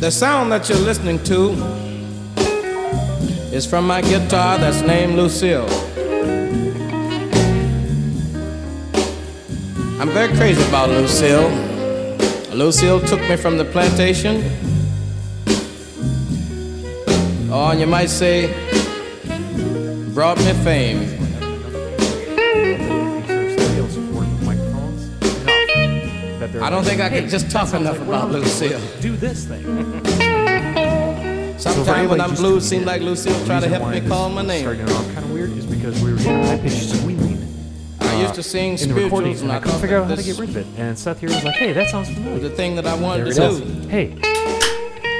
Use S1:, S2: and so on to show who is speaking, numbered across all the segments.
S1: The sound that you're listening to is from my guitar that's named Lucille. I'm very crazy about Lucille. Lucille took me from the plantation. Or Oh, you might say, brought me fame. I don't think I could just talk enough about Lucille.
S2: Do this thing.
S1: Sometimes when I'm blue, it seems like Lucille try to help me call my name.
S2: Starting it off kind of weird is because we were in high pitched squealing
S1: I used to sing
S2: uh, in the
S1: spirituals
S2: recordings, and
S1: and
S2: I
S1: I
S2: couldn't
S1: thought
S2: figure out
S1: that
S2: how to get
S1: this
S2: rid of it. And Seth here was like, "Hey, that sounds
S1: was
S2: familiar."
S1: the thing that I wanted to
S3: There it is.
S1: do.
S2: Hey,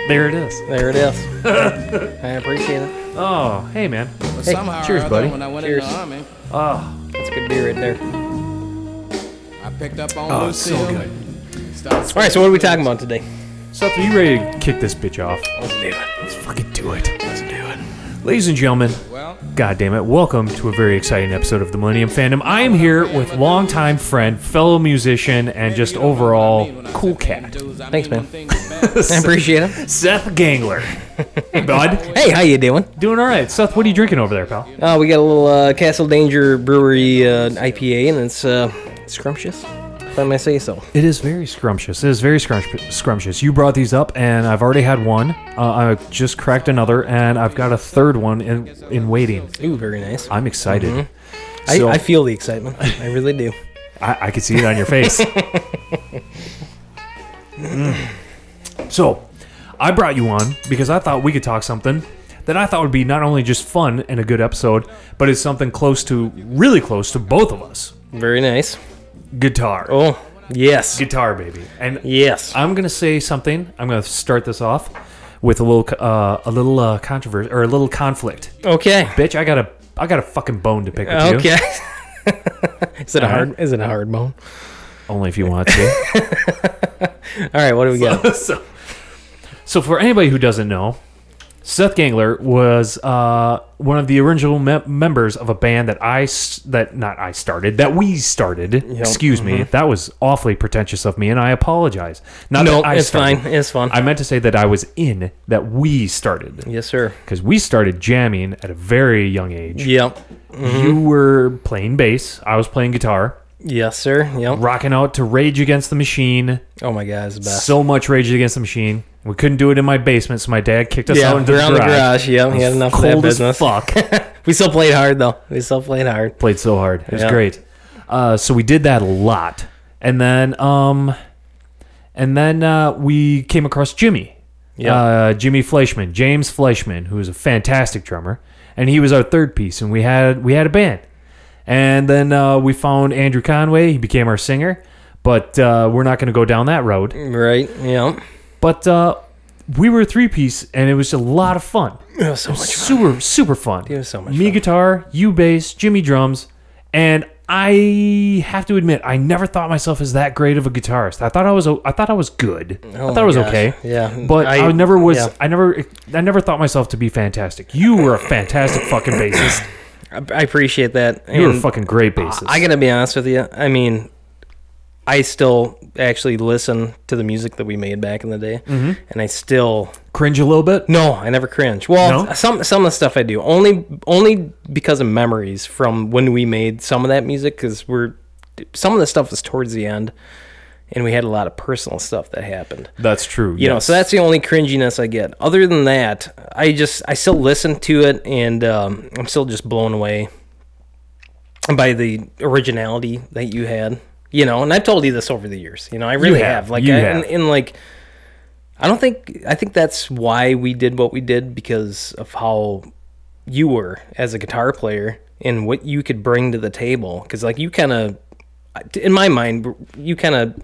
S2: there it is.
S3: There it is. I appreciate it.
S2: Oh, hey man.
S1: But
S3: Hey,
S1: somehow or
S3: cheers,
S1: other,
S3: buddy.
S1: when I went in
S3: Cheers.
S1: the army,
S2: Oh,
S3: That's a good beer right there. All
S1: I picked up on
S2: oh, it's
S1: Lucille.
S2: so good.
S1: All
S3: right, so what are we talking about today?
S2: Seth, are you ready to kick this bitch off?
S3: Let's do it.
S2: Let's fucking do it. Let's do it. Ladies and gentlemen,
S1: Well,
S2: God damn it. Welcome to a very exciting episode of the Millennium Fandom. I am here with longtime friend, fellow musician, and just overall cool cat,
S3: Thanks, man.
S1: man.
S3: I appreciate it.
S2: Seth Gangler. Hey, bud.
S3: Hey, how you doing?
S2: Doing all right. Seth, what are you drinking over there, pal?
S3: Uh, we got a little uh, Castle Danger Brewery uh, IPA, and it's uh, scrumptious. If I may say so.
S2: It is very scrumptious. It is very scrump- scrumptious. You brought these up, and I've already had one. Uh, I just cracked another, and I've got a third one in, in waiting.
S3: Ooh, very nice.
S2: I'm excited.
S3: I,
S2: So-
S3: I feel the excitement. I really do.
S2: I, I could see it on your face. Mm. So, I brought you on because I thought we could talk something that I thought would be not only just fun and a good episode, but it's something close to, really close to both of us
S3: Very nice.
S2: guitar.
S3: Oh, yes.
S2: Guitar, baby. And
S3: Yes.
S2: I'm gonna say something. I'm gonna start this off with a little, uh, a little uh, controversy or a little conflict.
S3: Okay.
S2: Bitch, I got a, I got a fucking bone to pick with you.
S3: Okay. is it a
S2: right.
S3: hard? Is it a hard bone?
S2: Only if you want to.
S3: All right. What do we got?
S2: so, so for anybody who doesn't know, Seth Gangler was uh, one of the original me- members of a band that I s- that not I started that we started. Excuse me,
S3: Mm-hmm.
S2: that was awfully pretentious of me, and I apologize. Not
S3: No,
S2: that I
S3: it's
S2: started.
S3: fine. It's fun.
S2: I meant to say that I was in that we started
S3: yes, sir.
S2: because we started jamming at a very young age.
S3: Yep. mm-hmm.
S2: You were playing bass, I was playing guitar,
S3: Yes, sir. Yep.
S2: rocking out to Rage Against the Machine.
S3: Oh my God, it's the best.
S2: so much Rage Against the Machine. We couldn't do it in my basement, so my dad kicked us out into
S3: we're
S2: the
S3: on
S2: garage.
S3: the garage. Yeah, we had enough of that
S2: Cold as
S3: business.
S2: fuck.
S3: We still played hard though. We still played hard.
S2: Played so hard. It was
S3: Yeah.
S2: great. Uh, so we did that a lot, and then um, and then uh, we came across Jimmy.
S3: Yeah.
S2: Uh, Jimmy Fleischman, James Fleischman, who is a fantastic drummer, and he was our third piece, and we had we had a band, and then uh, we found Andrew Conway. He became our singer, but uh, we're not going to go down that road.
S3: Right. Yeah.
S2: But uh, we were a three piece, and it was a lot of fun.
S3: It was so much.
S2: Super, super fun.
S3: was so much
S2: Me
S3: fun.
S2: guitar, you bass, Jimmy drums, and I have to admit, I never thought myself as that great of a guitarist. I thought I was, o- I thought I was good. I thought
S3: Oh my
S2: I was
S3: gosh.
S2: okay.
S3: Yeah.
S2: But I,
S3: I-
S2: never was.
S3: yeah.
S2: I never, I never thought myself to be fantastic. You were a fantastic fucking bassist.
S3: I I appreciate that.
S2: You were a
S3: And
S2: fucking great bassist.
S3: I gotta be honest with you. I mean, I still actually listen to the music that we made back in the day,
S2: Mm-hmm.
S3: and I still
S2: cringe a little bit.
S3: No, I never cringe. Well,
S2: No?
S3: some some of the stuff I do only only because of memories from when we made some of that music because we're some of the stuff was towards the end, and we had a lot of personal stuff that happened.
S2: That's true.
S3: You know, so that's the only cringiness I get. Other than that, I just I still listen to it, and um, I'm still just blown away by the originality that you had. You know, and I've told you this over the years. You know, I really
S2: have.
S3: have. Like,
S2: You
S3: I,
S2: have.
S3: And, and like, I don't think I think that's why we did what we did because of how you were as a guitar player and what you could bring to the table. Because like you kind of, in my mind, you kind of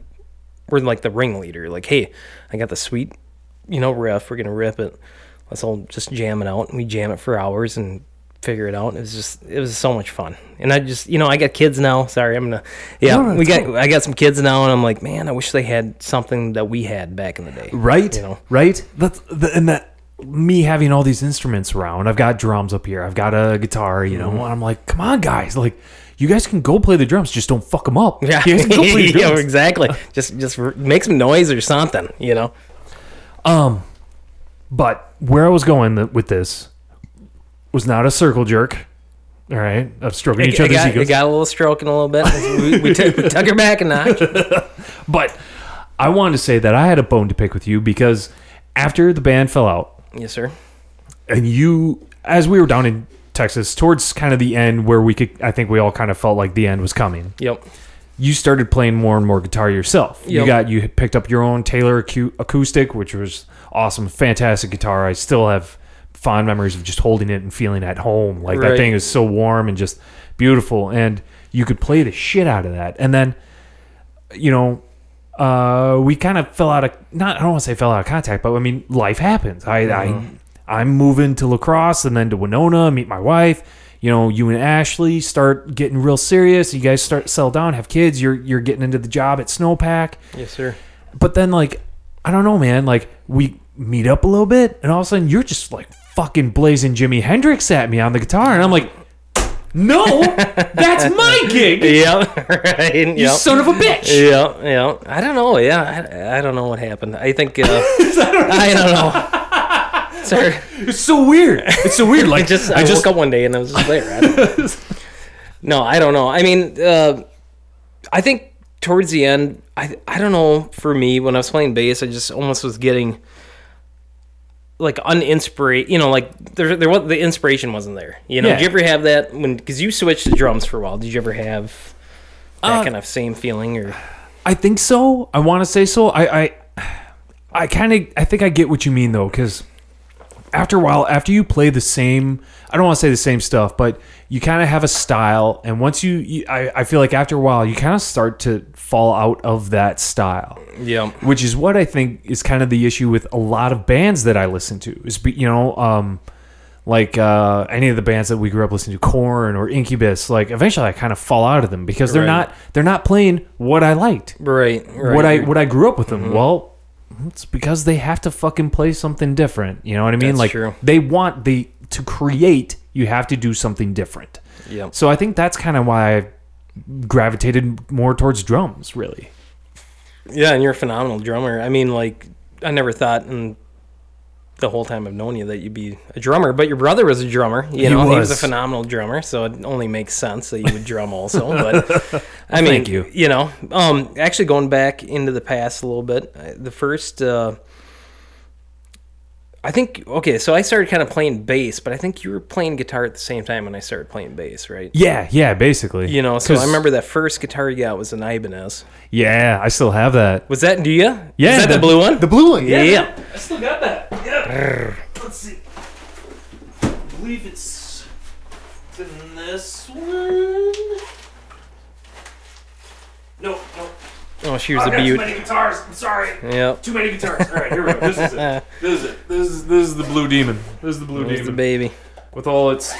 S3: were like the ringleader. Like, hey, I got the sweet, you know, riff. We're gonna rip it. Let's all just jam it out, and we jam it for hours and figure it out. It was just, it was so much fun. And I just, you know, I got kids now. Sorry, I'm gonna, yeah,
S2: No, no,
S3: we
S2: it's
S3: got, I got some kids now, and I'm like, man, I wish they had something that we had back in the day.
S2: right
S3: You know.
S2: right that's the, and that me having all these instruments around i've got drums up here i've got a guitar you
S3: Mm-hmm.
S2: know and i'm like come on guys like you guys can go play the drums just don't fuck them up
S3: Yeah,
S2: You guys can go play the
S3: yeah,
S2: drums.
S3: exactly. just, just r- make some noise or something, you know.
S2: um But where I was going th- with this was not a circle jerk, all right, of stroking each
S3: I,
S2: other's
S3: got, I
S2: egos.
S3: got a little stroking a little bit. We, we, took, we took her back a notch.
S2: But I wanted to say that I had a bone to pick with you because after the band fell out,
S3: Yes, sir.
S2: and you as we were down in Texas towards kind of the end where we could I think we all kind of felt like the end was coming.
S3: Yep.
S2: You started playing more and more guitar yourself. You
S3: Yep.
S2: got you had picked up your own Taylor acu- acoustic which was awesome, fantastic guitar. I still have fond memories of just holding it and feeling at home. Like that
S3: Right.
S2: thing is so warm and just beautiful and you could play the shit out of that. And then you know, uh, we kind of fell out of not I don't want to say fell out of contact, but I mean life happens. I, I I'm moving to lacrosse and then to Winona, meet my wife. You know, you and Ashley start getting real serious. You guys start settle down, have kids. You're you're getting into the job at Snowpack.
S3: Yes, sir.
S2: But then like I don't know, man. Like we meet up a little bit, and all of a sudden you're just like fucking blazing Jimi Hendrix at me on the guitar, and I'm like, no, that's my gig.
S3: Yep. Right. Yep.
S2: You son of a bitch.
S3: Yeah, yeah. I don't know. Yeah, I, I don't know what happened. I think uh, I don't know. Sir,
S2: It's so weird. It's so weird. Like
S3: I just I, woke up one day and I was just there. I don't know. no, I don't know. I mean, uh, I think towards the end, I I don't know. For me, when I was playing bass, I just almost was getting like uninspired. You know, like there there was the inspiration wasn't there. You know,
S2: Yeah.
S3: did you ever have that when? Because you switched to drums for a while. Did you ever have that
S2: Uh,
S3: kind of same feeling or?
S2: I think so. I want to say so. I I, I kind of I think I get what you mean though, because after a while, after you play the same, I don't want to say the same stuff, but you kind of have a style, and once you, you I, I feel like after a while, you kind of start to fall out of that style.
S3: Yeah.
S2: which is what I think is kind of the issue with a lot of bands that I listen to. Is be- you know, um, like uh, any of the bands that we grew up listening to, Corn or Incubus. Like eventually, I kind of fall out of them because they're
S3: Right.
S2: not they're not playing what I liked,
S3: Right. Right. Mm-hmm.
S2: what I what I grew up with them. Well, it's because they have to fucking play something different. You know what I mean?
S3: That's
S2: like
S3: true.
S2: they want the to create. You have to do something different.
S3: Yeah.
S2: So I think that's kind of why I gravitated more towards drums. Really,
S3: Yeah, and you're a phenomenal drummer. I mean, like, I never thought in the whole time I've known you that you'd be a drummer, but your brother was a drummer. You know, he was a
S2: was.
S3: phenomenal drummer, so it only makes sense that you would drum also. But I mean,
S2: thank you.
S3: You know, um, actually going back into the past a little bit, I- the first. Uh, I think okay, so I started kind of playing bass, but I think you were playing guitar at the same time when I started playing bass, right?
S2: yeah, yeah, basically.
S3: You know, so I
S2: 'Cause-
S3: remember that first guitar you got was an Ibanez.
S2: Yeah, I still have that.
S3: Was that do you?
S2: Yeah,
S3: Is that the, blue one?
S2: The blue one.
S3: yeah.
S2: Yeah.
S1: I still got that. Yeah. Let's see. I believe it's, it's in this one. No, no.
S3: Oh, she was
S1: I've
S3: a
S1: got too many
S3: beaut.
S1: guitars. I'm sorry.
S3: Yep.
S1: Too many guitars. All right, here we go. This is it. This is it. This is this is the blue demon. This is the blue
S3: There's the
S1: demon
S3: baby.
S1: with all its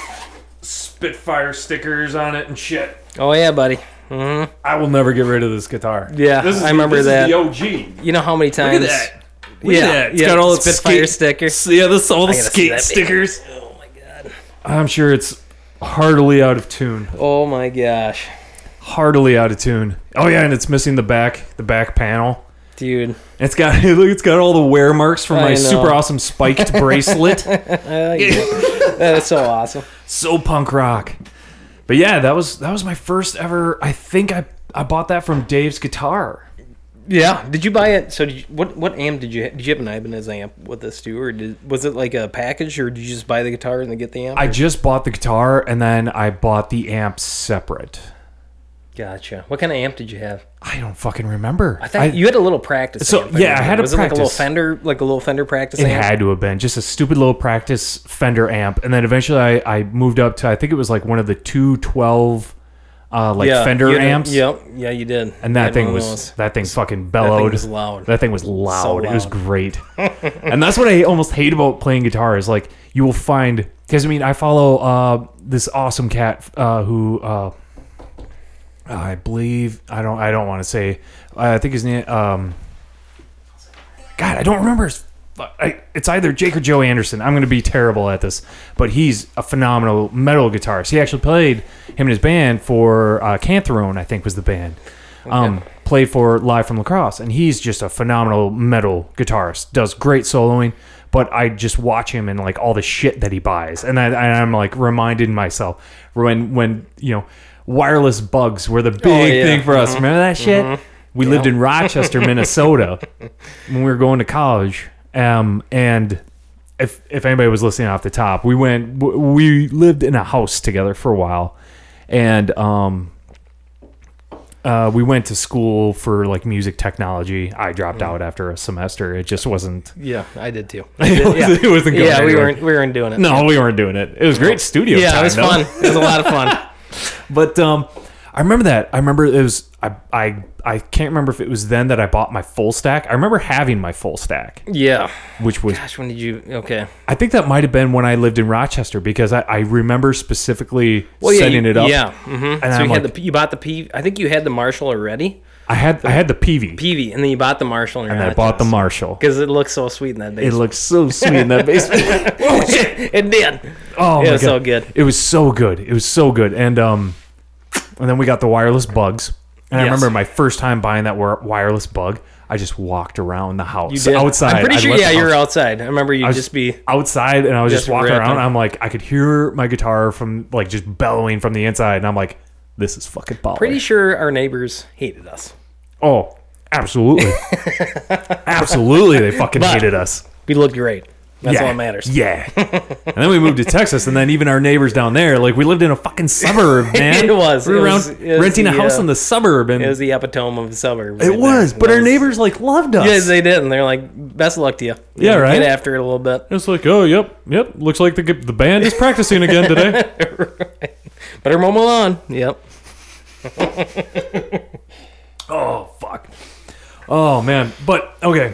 S1: Spitfire stickers on it and shit.
S3: Oh yeah, buddy. hmm
S1: I will never get rid of this guitar.
S3: Yeah,
S1: this is
S3: I
S1: the-
S3: remember
S1: this
S3: that.
S1: Is the OG.
S3: You know how many times?
S1: Look at that. Look
S3: yeah,
S1: at that. It's
S3: yeah.
S1: got all its
S3: Spitfire
S1: skate-
S3: stickers.
S1: Yeah, this all the
S3: gotta see
S1: skate
S3: that baby.
S1: stickers.
S3: Oh my god.
S2: I'm sure it's heartily out of tune.
S3: Oh my gosh,
S2: Heartily out of tune. Oh yeah, and it's missing the back, the back panel.
S3: dude.
S2: It's got look, it's got all the wear marks from
S3: I
S2: my
S3: know.
S2: super awesome spiked bracelet.
S3: Uh, yeah. that is so awesome.
S2: So punk rock. But yeah, that was that was my first ever. I think I I bought that from Dave's guitar.
S3: Yeah. Did you buy it? So did you, what? What amp did you? Did you have an Ibanez amp with this too, or did, was it like a package, or did you just buy the guitar and then get the amp?
S2: I just bought the guitar and then I bought the amp separate.
S3: gotcha. What kind of amp did you have?
S2: I don't fucking remember.
S3: I thought you had a little practice.
S2: So,
S3: amp,
S2: yeah, I
S3: remember.
S2: had a
S3: was it like a little
S2: practice.
S3: Fender, like a little Fender practice
S2: It
S3: amp.
S2: had to have been just a stupid little practice Fender amp, and then eventually I, I moved up to I think it was like one of the two twelve, uh, like Fender
S3: you had a-
S2: amps.
S3: Yep, yeah, you did.
S2: And
S3: You
S2: that
S3: had
S2: thing
S3: one of
S2: was
S3: those.
S2: that thing fucking bellowed.
S3: was loud.
S2: That thing was loud. It was
S3: loud.
S2: great. and that's what I almost hate about playing guitar is like you will find because I mean I follow uh, this awesome cat uh, who uh, I believe I don't I don't want to say I think his name um, God I don't remember. His, fu- I, it's either Jake or Joe Anderson. I'm going to be terrible at this, but he's a phenomenal metal guitarist. He actually played him and his band for uh, Cantharone, I think was the band. Um, played for live from lacrosse, and he's just a phenomenal metal guitarist. Does great soloing, but I just watch him and like all the shit that he buys, and I, and I'm like reminded myself when when you know wireless bugs were the big
S3: yeah.
S2: thing for us. Remember that shit? We lived in Rochester, Minnesota, when we were going to college, um, and if if anybody was listening off the top, we went w- we lived in a house together for a while, and um, uh, we went to school for like music technology. I dropped out after a semester. It just wasn't.
S3: Yeah, I did too.
S2: was- it wasn't going
S3: yeah, we
S2: anywhere.
S3: weren't we weren't doing it.
S2: No, we weren't doing it. It was great studio.
S3: Yeah,
S2: time,
S3: it was
S2: though.
S3: fun. It was a lot of fun.
S2: But um, I remember that. I remember it was. I I I can't remember if it was then that I bought my full stack. I remember having my full stack,
S3: yeah.
S2: which was
S3: Gosh, when did you? Okay.
S2: I think that might have been when I lived in Rochester because I, I remember specifically
S3: yeah,
S2: setting
S3: you-
S2: it up.
S3: Yeah. Mm-hmm.
S2: and
S3: so
S2: I'm
S3: you
S2: like,
S3: had the P- you bought the P. I think you had the Marshall already.
S2: I had I had the PV
S3: PV, and then you bought the Marshall.
S2: and I bought the Marshall.
S3: because it looks so sweet in that
S2: It
S3: basement.
S2: looks so sweet in that basement.
S3: oh shit! It did.
S2: Oh,
S3: It
S2: my
S3: was
S2: God.
S3: so good.
S2: It was so good. It was so good. And um, and then we got the wireless bugs. And I
S3: Yes.
S2: remember my first time buying that wire- wireless bug. I just walked around the house
S3: You did.
S2: outside.
S3: I'm pretty
S2: I
S3: sure.
S2: left
S3: Yeah,
S2: the
S3: you were
S2: house
S3: outside. I remember you
S2: was-
S3: just be.
S2: outside, and I was just,
S3: Just
S2: walking
S3: ripping.
S2: around. I'm like, I could hear my guitar from like just bellowing from the inside, and I'm like, this is fucking baller.
S3: Pretty sure our neighbors hated us.
S2: oh, absolutely, absolutely, they fucking
S3: But-
S2: hated us.
S3: We looked great. That's
S2: yeah.
S3: all that matters.
S2: Yeah. and then we moved to Texas, and then even our neighbors down there, like we lived in a fucking suburb, man.
S3: It was.
S2: We were
S3: It
S2: around
S3: was- it was
S2: renting a
S3: the,
S2: house
S3: uh,
S2: in the suburb, and
S3: It was the epitome of the suburb. right
S2: It
S3: there.
S2: was, but
S3: That
S2: our
S3: was-
S2: neighbors like loved us.
S3: Yeah, they did, and they're like, "Best of luck to you."
S2: Yeah, right?
S3: Get after it a little bit,
S2: it's like, oh, yep, yep. Looks like the the band is practicing again today.
S3: better mow my lawn. Yep.
S2: oh fuck. Oh man, but okay.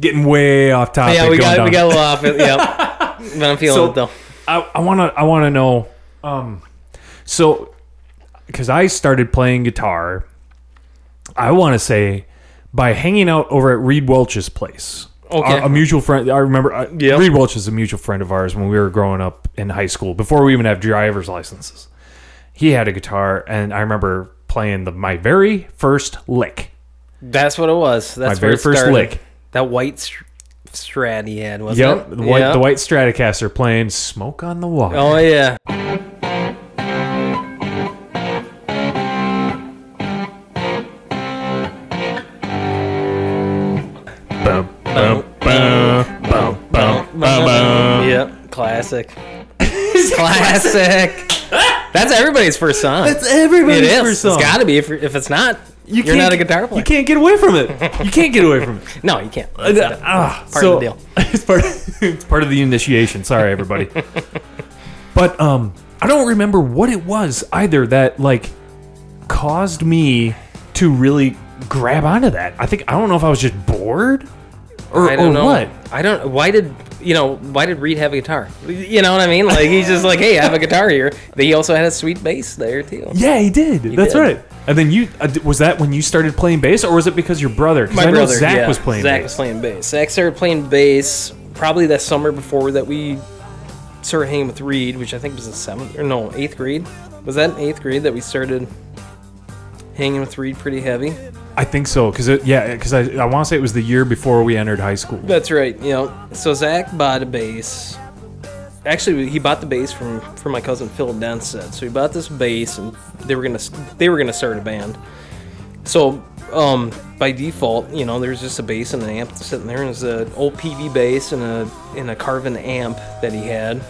S2: Getting way off topic.
S3: yeah, we
S2: going
S3: got
S2: down.
S3: we got a little off it. Yep. but I'm feeling
S2: So-
S3: it though.
S2: I I want to I want to know. Um, so because I started playing guitar, I want to say by hanging out over at Reed Welch's place.
S3: Okay.
S2: Our- a mutual friend. I remember. Uh,
S3: Yep.
S2: Reed Welch is a mutual friend of ours when we were growing up in high school before we even have driver's licenses. He had a guitar, and I remember playing the my very first lick.
S3: That's what it was. That's
S2: My very
S3: where it
S2: first
S3: started.
S2: lick.
S3: That white str- strat he had, wasn't
S2: Yep,
S3: it?
S2: the white,
S3: Yeah.
S2: the white Stratocaster playing "Smoke on the Water."
S3: Oh yeah. Oh.
S2: Bum, bum, bum, bum, bum, bum.
S3: Um, Yep. Classic. Classic. That's everybody's first song.
S2: That's everybody's
S3: it is.
S2: first song.
S3: It's got to be. If, if it's not, you are
S2: can't-
S3: not a guitar player.
S2: You can't get away from it. You can't get away from it.
S3: No, you can't.
S2: Uh, ah,
S3: Part
S2: so-
S3: of the deal.
S2: It's part. It's part of the initiation. Sorry, everybody. but um, I don't remember what it was either that like caused me to really grab onto that. I think I don't know if I was just bored or,
S3: I don't
S2: or
S3: know.
S2: what.
S3: I don't. Why did you know? Why did Reed have a guitar? You know what I mean? Like he's just like, hey, I have a guitar here. But he also had a sweet bass there too.
S2: Yeah, he did. That's
S3: did.
S2: right. And then you uh, d- was that when you started playing bass, or was it because your brother? Because
S3: My
S2: I know
S3: brother,
S2: Zach
S3: yeah.
S2: was playing
S3: Zach
S2: bass.
S3: was playing bass. Zach started playing bass probably that summer before that we started hanging with Reed, which I think was the seventh or no eighth grade. Was that in eighth grade that we started hanging with Reed pretty heavy?
S2: I think so. Because yeah, because I, I want to say it was the year before we entered high school.
S3: That's right. You know, so Zach bought a bass. Actually, he bought the bass from from my cousin Phil Densett. So he bought this bass, and they were gonna they were gonna start a band. So um, by default, you know, there's just a bass and an amp sitting there, and there's an old PV bass and a and a Carvin amp that he had.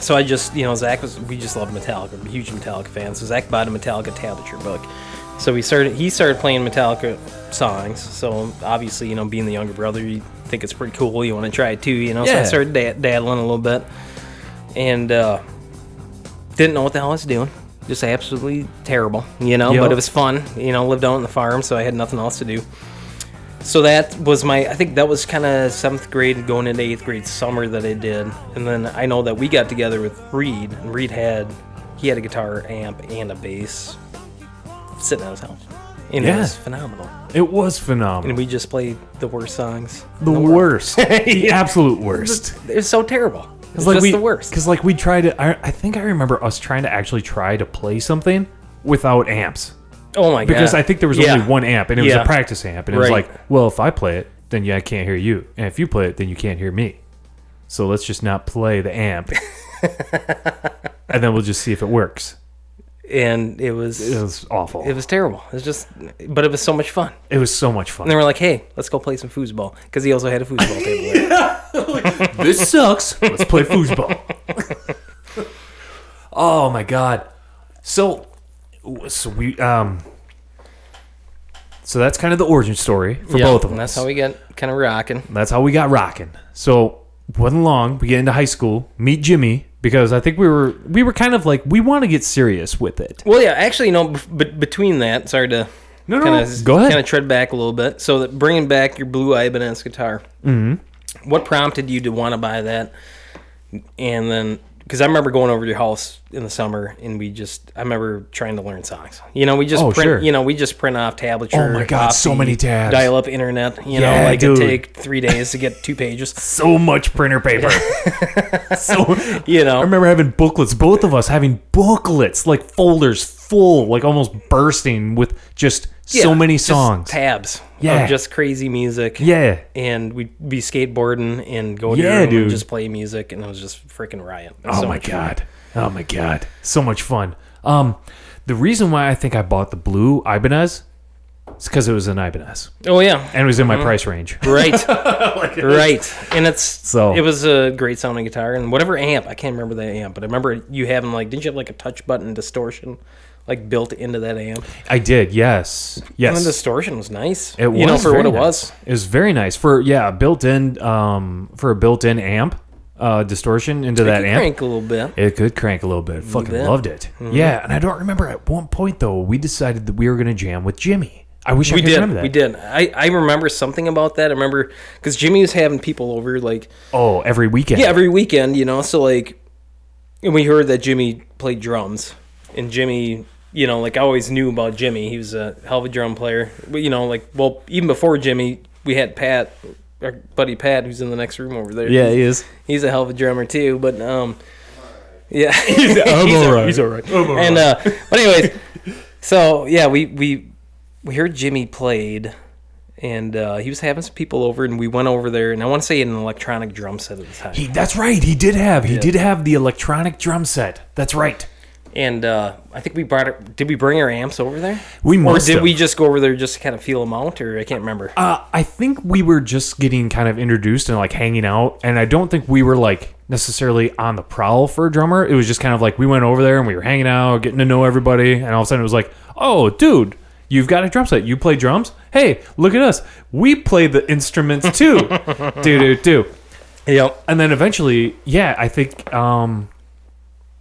S3: So I just, you know, Zach was, we just loved Metallica. We're huge Metallica fans. So Zach bought a Metallica tablature book. So we started, he started playing Metallica songs. So obviously, you know, being the younger brother, you think it's pretty cool. You want to try it too, you know? So
S2: Yeah.
S3: I started dad- daddling a little bit and uh, didn't know what the hell I was doing. Just absolutely terrible, you know?
S2: Yep.
S3: But it was fun. You know, lived out on the farm, so I had nothing else to do. So that was my, I think that was kind of seventh grade going into eighth grade summer that I did. And then I know that we got together with Reed, and Reed had, he had a guitar, amp, and a bass sitting at his house. And
S2: Yeah.
S3: it was phenomenal.
S2: It was
S3: And
S2: phenomenal.
S3: we just played the worst songs.
S2: the worst, the absolute worst.
S3: It was so terrible. It was just
S2: we,
S3: the worst.
S2: Because like we tried to. I, I think I remember us trying to actually try to play something without amps.
S3: Oh my god.
S2: Because I think there was
S3: Yeah.
S2: only one amp, and it was
S3: Yeah.
S2: a practice amp, and it was
S3: Right.
S2: like, well, if I play it, then yeah, I can't hear you. And if you play it, then you can't hear me. So let's just not play the amp. and then we'll just see if it works.
S3: and it was
S2: It was awful.
S3: it was terrible. It was just, but it was so much fun.
S2: It was so much fun.
S3: And they were like, "Hey, let's go play some foosball," because he also had a foosball table. there.
S2: this sucks. Let's play foosball. oh my god. So, so we um. So that's kind of the origin story for
S3: Yeah,
S2: both of
S3: and
S2: us.
S3: That's how we get kind of rocking.
S2: That's how we got rocking. So wasn't long. We get into high school, meet Jimmy because I think we were we were kind of like we want to get serious with it.
S3: Well, yeah, actually, you know, bef- but between that, sorry to
S2: No, no,
S3: kind
S2: no,
S3: of
S2: go ahead.
S3: kind of tread back a little bit. So that bringing back your blue Ibanez guitar, mm-hmm. what prompted you to want to buy that? And then, because I remember going over to your house in the summer, and we just, I remember trying to learn songs. You know, we just
S2: Oh,
S3: print,
S2: sure.
S3: you know, we just print off tablature.
S2: Oh my God,
S3: off
S2: so
S3: the
S2: many tabs.
S3: Dial-up internet. You
S2: Yeah,
S3: know, like
S2: dude.
S3: it take three days to get two pages.
S2: So much printer paper. so
S3: You
S2: I
S3: know,
S2: remember having booklets, both of us having booklets, like folders full, like almost bursting with just so
S3: Yeah,
S2: many
S3: just
S2: songs.
S3: tabs.
S2: Yeah.
S3: of just crazy music.
S2: yeah.
S3: and we'd be skateboarding and go to
S2: Yeah,
S3: your room
S2: dude.
S3: and just play music, and it was just freaking riot. It was
S2: Oh
S3: so
S2: my
S3: much fun.
S2: god. Oh my god. So much fun. Um, the reason why I think I bought the blue Ibanez is because it was an Ibanez
S3: Oh yeah,
S2: and it was in my price range.
S3: right, right. And it's
S2: So-
S3: so it was a great sounding guitar and whatever amp I can't remember the amp, but I remember you having like didn't you have like a touch button distortion like built into that amp?
S2: I did. Yes.
S3: And the
S2: Yes.
S3: distortion was nice.
S2: It was
S3: you know for what
S2: very
S3: it was.
S2: nice. It was very nice for yeah, a built-in um for a built-in amp uh distortion into that
S3: You
S2: amp.
S3: crank Mm-hmm. a little bit.
S2: It could crank a little bit. Fucking
S3: bit.
S2: loved it. Yeah, and I don't remember at one point though we decided that we were gonna jam with Jimmy. I wish I
S3: We
S2: could
S3: did.
S2: remember that.
S3: We did. I, I remember something about that. I remember because Jimmy was having people over like
S2: Oh, every weekend.
S3: yeah, every weekend, you know. So like, and we heard that Jimmy played drums, and Jimmy, you know, like I always knew about Jimmy. He was a hell of a drum player. But, you know, like well, even before Jimmy, we had Pat, our buddy Pat, who's in the next room over there.
S2: he is.
S3: he's a hell of a drummer too. But um, yeah, he's, he's
S2: all
S3: all
S2: right.
S3: right. He's all right. and uh, but anyways, so yeah, we we we heard Jimmy played. And uh, he was having some people over, and we went over there. And I want to say an electronic drum set at the time.
S2: He, that's right. He did have. He did have the electronic drum set. That's right.
S3: And uh, I think we brought our, did we bring our amps over there?
S2: We
S3: or
S2: must
S3: did
S2: have.
S3: we just go over there just to kind of feel them out? Or I can't remember.
S2: Uh, I think we were just getting kind of introduced and like hanging out, and I don't think we were like necessarily on the prowl for a drummer. It was just kind of like we went over there and we were hanging out, getting to know everybody, and all of a sudden it was like, "Oh, dude, you've got a drum set. You play drums? Hey, look at us. We play the instruments too. do do do."
S3: Yep.
S2: and then eventually, yeah, I think, um,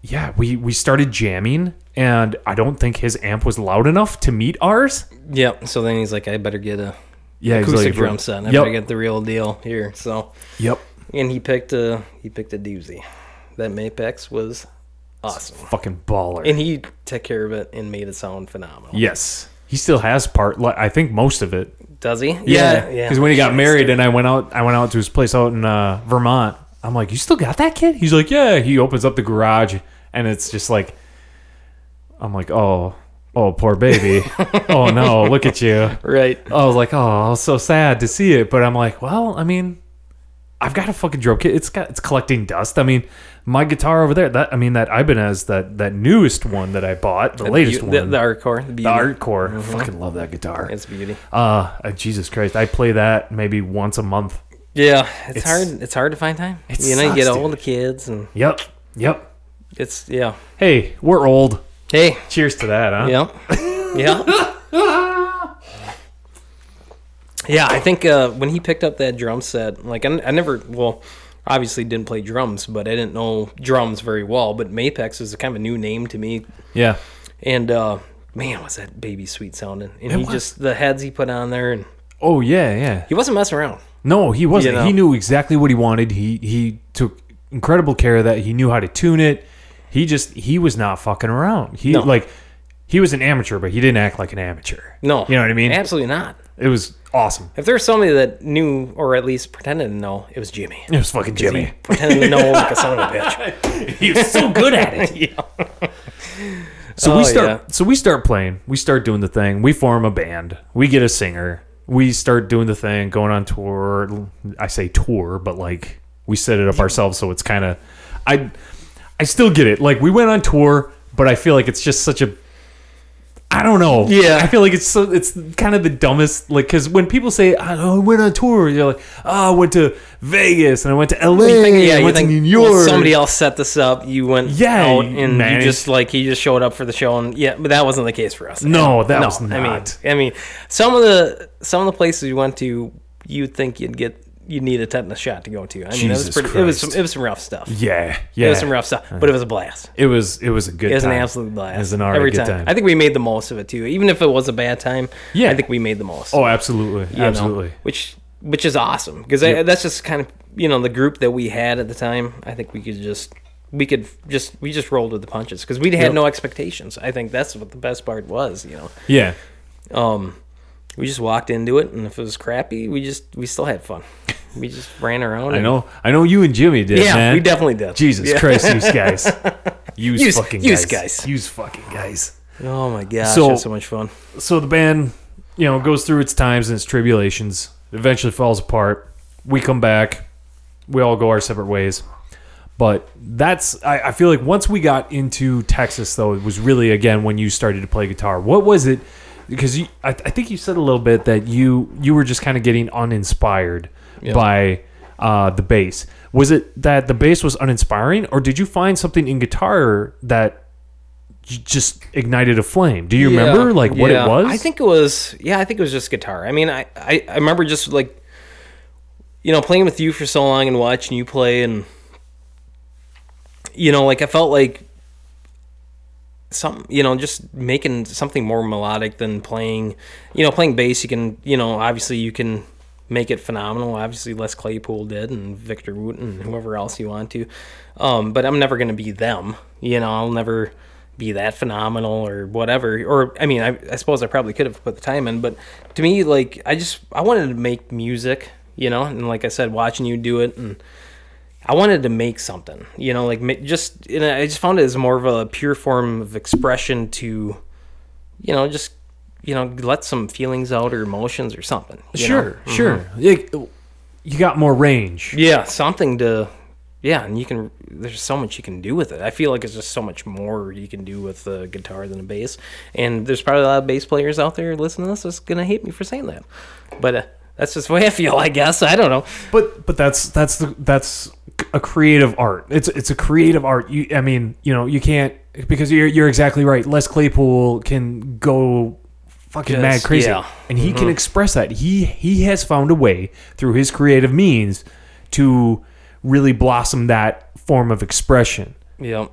S2: yeah, we we started jamming, and I don't think his amp was loud enough to meet ours.
S3: Yep. So then he's like, I better get a
S2: Yeah, he's
S3: acoustic
S2: like,
S3: drum set. I better
S2: Yep,
S3: get the real deal here. So
S2: yep,
S3: and he picked a he picked a doozy. That Mapex was awesome,
S2: fucking baller.
S3: and he took care of it and made it sound phenomenal.
S2: yes, he still has part. Like, I think most of it.
S3: Does he?
S2: Because when he got married, and I went out, I went out to his place out in uh, Vermont. I'm like, you still got that kid? He's like, yeah. He opens up the garage, and it's just like, I'm like, oh, oh, poor baby. oh no, look at you.
S3: right.
S2: I was like, oh, I was so sad to see it, but I'm like, well, I mean, I've got a fucking drum kit. It's got it's collecting dust. I mean, my guitar over there. That I mean, that Ibanez, that that newest one that I bought, the latest
S3: You-
S2: one,
S3: the, the art core, the, beauty.
S2: Hardcore. I Fucking love that guitar.
S3: It's beauty.
S2: Uh, uh, Jesus Christ, I play that maybe once a month.
S3: Yeah, it's,
S2: It's-
S3: hard. It's hard to find time.
S2: It
S3: you know, you
S2: sucks,
S3: get
S2: dude.
S3: all the kids, and
S2: Yep, yep.
S3: it's yeah.
S2: Hey, we're old.
S3: Hey,
S2: Cheers to that, huh?
S3: Yeah. Yeah. yeah, I think uh, when he picked up that drum set, like, I, I never, well, obviously didn't play drums, but I didn't know drums very well. But Mapex is a kind of a new name to me.
S2: Yeah.
S3: And uh, man, was that baby sweet sounding. And
S2: It
S3: he
S2: was.
S3: just, the heads he put on there, and
S2: Oh yeah, yeah.
S3: he wasn't messing around.
S2: No, he wasn't.
S3: You know?
S2: He knew exactly what he wanted. He he took incredible care of that. He knew how to tune it. He just he was not fucking around. He
S3: No.
S2: like he was an amateur, but he didn't act like an amateur.
S3: No.
S2: You know what I mean?
S3: Absolutely not.
S2: It was awesome.
S3: If there was somebody that knew, or at least pretended to know, it was Jimmy.
S2: It was fucking
S3: He
S2: Jimmy.
S3: pretended to know like a son of a bitch.
S2: he was so good at it. So
S3: Oh,
S2: we start
S3: yeah.
S2: so we start playing. We start doing the thing. We form a band. We get a singer. we start doing the thing, going on tour. I say tour, but like we set it up ourselves, so it's kind of I I still get it. Like we went on tour, but I feel like it's just such a I don't know.
S3: Yeah.
S2: I feel like it's so, it's kind of the dumbest. Like, because when people say, "I oh, I went on tour," you're like, "Oh, I went to Vegas and I went to L.A.
S3: You think-
S2: and I
S3: you
S2: went
S3: think,
S2: to New
S3: well,
S2: York."
S3: somebody else set this up. You went
S2: Yeah,
S3: out
S2: you
S3: and
S2: managed-
S3: you just like he just showed up for the show and yeah, but that wasn't the case for us.
S2: No, that was not.
S3: I mean, I mean, some of the some of the places you went to, you'd think you'd get you'd need a tetanus shot to go to. I mean,
S2: Jesus
S3: it was pretty. It was some,
S2: Christ.
S3: it was some rough stuff.
S2: yeah, yeah.
S3: It was some rough stuff, but it was a blast.
S2: It was it was a good.
S3: It was
S2: time.
S3: an absolute blast.
S2: It was an alright
S3: every
S2: good time.
S3: time. I think we made the most of it too, even if it was a bad time.
S2: Yeah.
S3: I think we made the most.
S2: oh, absolutely,
S3: you know,
S2: absolutely.
S3: which which is awesome because that's just kind of you know the group that we had at the time. I think we could just we could just we just rolled with the punches because we had no expectations. I think that's what the best part was. You know,
S2: Yeah,
S3: um, we just walked into it, and if it was crappy, we just we still had fun. We just ran around.
S2: I
S3: and-
S2: know. I know you and Jimmy did.
S3: Yeah,
S2: man.
S3: we definitely did.
S2: Jesus
S3: Yeah.
S2: Christ, use guys. Use,
S3: Use-
S2: fucking
S3: use
S2: guys.
S3: guys.
S2: Use fucking guys.
S3: Oh my gosh,
S2: So-
S3: so, so much fun.
S2: so the band, you know, goes through its times and its tribulations. Eventually falls apart. We come back. We all go our separate ways. But that's I, I feel like once we got into Texas though, it was really again when you started to play guitar. What was it? Because you, I, I think you said a little bit that you you were just kind of getting uninspired by uh, the bass. Was it that the bass was uninspiring, or did you find something in guitar that j- just ignited a flame? Do you remember like what
S3: Yeah.
S2: it was?
S3: I think it was yeah, I think it was just guitar. I mean, I, I, I remember just like you know, playing with you for so long and watching you play and you know, like I felt like some you know, just making something more melodic than playing you know, playing bass you can you know, obviously you can make it phenomenal. Obviously Les Claypool did and Victor Woot and whoever else you want to. Um, but I'm never gonna be them. You know, I'll never be that phenomenal or whatever. Or I mean, I, I suppose I probably could have put the time in, but to me, like I just I wanted to make music, you know, and like I said, watching you do it, and I wanted to make something, you know, like ma- just you know, I just found it as more of a pure form of expression to, you know, just you know, let some feelings out or emotions or something. you know? Mm-hmm.
S2: sure, sure. Like, you got more range.
S3: yeah something to yeah and you can there's so much you can do with it i feel like it's just so much more you can do with a guitar than a bass and there's probably a lot of bass players out there listening to this that's gonna hate me for saying that but uh, that's just the way i feel i guess i don't know
S2: But but that's that's the that's a creative art. It's it's a creative art. You I mean you know you can't because you're you're exactly right. Les Claypool can go fucking
S3: Just-
S2: mad crazy,
S3: yeah. Mm-hmm.
S2: and he can express that. He he has found a way through his creative means to really blossom that form of expression.
S3: yeah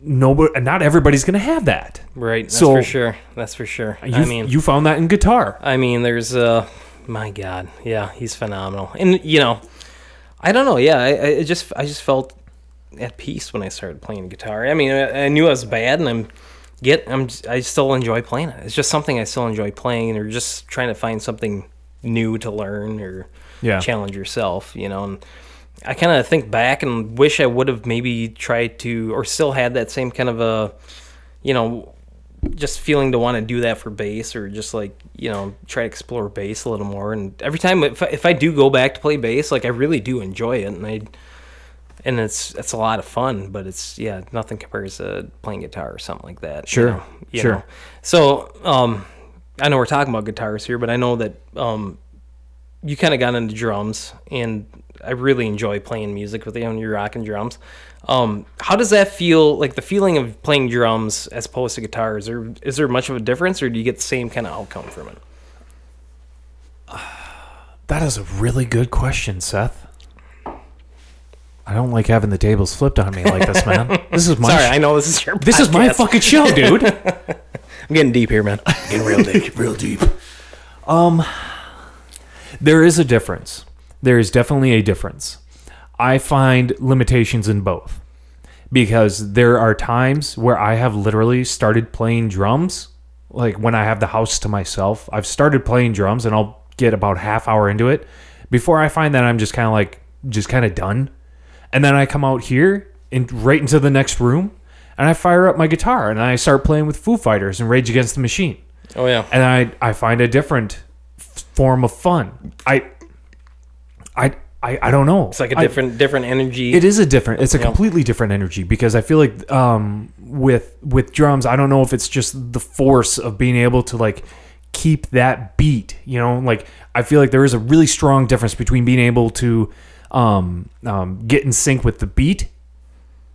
S2: Nobody, not everybody's gonna have that.
S3: right that's
S2: So-
S3: for sure that's for sure
S2: You,
S3: i mean
S2: you found that in guitar.
S3: I mean, there's uh my god, yeah, he's phenomenal. And you know, I don't know, yeah, I, I it just I just felt at peace when I started playing guitar. I mean, I, I knew I was bad and I'm get I'm j- I still enjoy playing it. It's just something I still enjoy playing or just trying to find something new to learn or
S2: Yeah.
S3: challenge yourself, you know. And I kind of think back and wish I would have maybe tried to or still had that same kind of a you know, just feeling to want to do that for bass or just like, you know, try to explore bass a little more. And every time, if I, if I do go back to play bass, like I really do enjoy it. And I, and it's, it's a lot of fun, but it's, yeah, nothing compares to playing guitar or something like that. you
S2: Sure.
S3: know, you
S2: Sure.
S3: know. So, um, I know we're talking about guitars here, but I know that, um, you kind of got into drums and I really enjoy playing music with you and you're rocking drums. Um, how does that feel like the feeling of playing drums as opposed to guitar? Is there, is there much of a difference or do you get the same kind of outcome from it?
S2: That is a really good question, Seth. I don't like having the tables flipped on me like this, man. This is my
S3: Sorry,
S2: sh-
S3: I know this is your
S2: this is my
S3: podcast.
S2: fucking show, dude.
S3: I'm getting deep here, man.
S1: real deep, real deep.
S2: there is a difference. There is definitely a difference. I find limitations in both because there are times where I have literally started playing drums. Like when I have the house to myself, I've started playing drums and I'll get about half hour into it before I find that I'm just kind of like, just kind of done. And then I come out here and right into the next room and I fire up my guitar and I start playing with Foo Fighters and Rage Against the Machine
S3: Oh yeah.
S2: and I I find a different form of fun. I, I, I, I don't know.
S3: It's like a different different energy.
S2: It is a different. It's a completely different energy because I feel like um, with with drums, I don't know if it's just the force of being able to like keep that beat. You know, like I feel like there is a really strong difference between being able to um, um, get in sync with the beat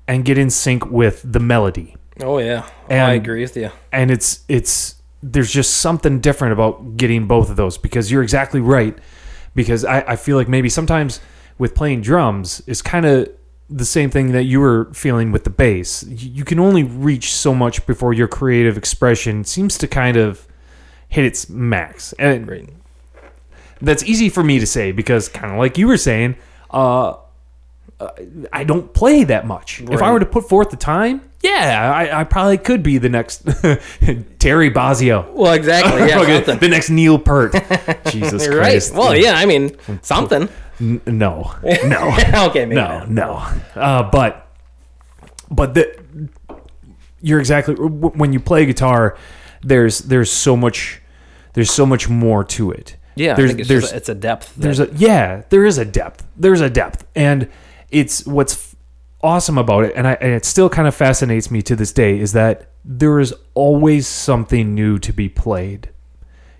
S2: and get in sync with the melody.
S3: Oh yeah, Oh, I
S2: And-
S3: agree with you.
S2: And it's it's there's just something different about getting both of those because you're exactly right. Because I, I feel like maybe sometimes with playing drums it's kind of the same thing that you were feeling with the bass. Y- You can only reach so much before your creative expression seems to kind of hit its max. And
S3: Great.
S2: that's easy for me to say because kind of like you were saying uh, uh, i don't play that much if i
S3: Right.
S2: were to put forth the time yeah i, I probably could be the next terry Bozzio.
S3: Well, exactly. Yeah,
S2: Fucking-
S3: something.
S2: the next neil pert jesus
S3: You're right.
S2: christ
S3: Well, yeah. I mean, something.
S2: N- no no
S3: okay, maybe
S2: no
S3: not.
S2: no uh, but but the you're exactly w- when you play guitar there's there's so much there's so much more to it
S3: Yeah, I
S2: there's
S3: think it's,
S2: there's
S3: just a, it's a depth.
S2: there's
S3: that-
S2: a yeah there is a depth there's a depth and it's what's f- awesome about it and, I, and it still kind of fascinates me to this day is that there is always something new to be played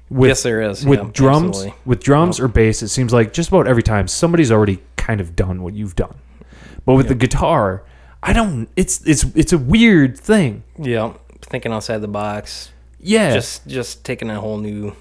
S2: with
S3: Yes, there is.
S2: with
S3: Yeah,
S2: drums
S3: absolutely.
S2: with drums or bass it seems like just about every time somebody's already kind of done what you've done but with the guitar i don't it's it's it's a weird thing
S3: yeah, thinking outside the box.
S2: yeah
S3: Just just taking a whole new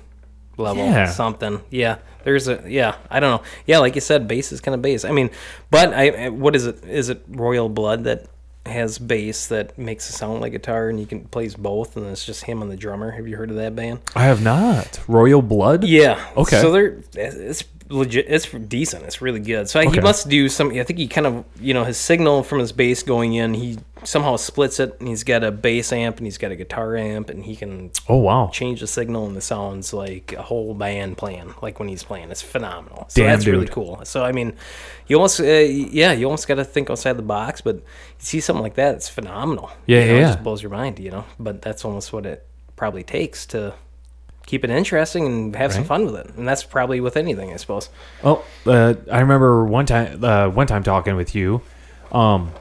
S3: level.
S2: Yeah.
S3: Something. Yeah. There's a yeah. I don't know. Yeah, like you said, bass is kind of bass. I mean, but I I- what is it? Is it Royal Blood that has bass that makes it sound like guitar and you can plays both and it's just him and the drummer. Have you heard of that band?
S2: i have not royal blood
S3: Yeah.
S2: Okay.
S3: So they're it's legit. It's decent. It's really good. So
S2: Okay.
S3: he must do some. I think he kind of you know his signal from his bass going in. He somehow splits it, and he's got a bass amp and he's got a guitar amp, and he can
S2: oh wow
S3: change the signal and it sounds like a whole band playing like when he's playing it's phenomenal so
S2: Damn,
S3: that's really
S2: dude.
S3: cool so i mean you almost uh, yeah you almost got to think outside the box but you see something like that it's phenomenal
S2: Yeah,
S3: you know,
S2: yeah,
S3: it
S2: yeah.
S3: just blows your mind you know but that's almost what it probably takes to keep it interesting and have some
S2: Right.
S3: fun with it and that's probably with anything i suppose
S2: Well, uh, I remember one time, uh, one time talking with you. Um,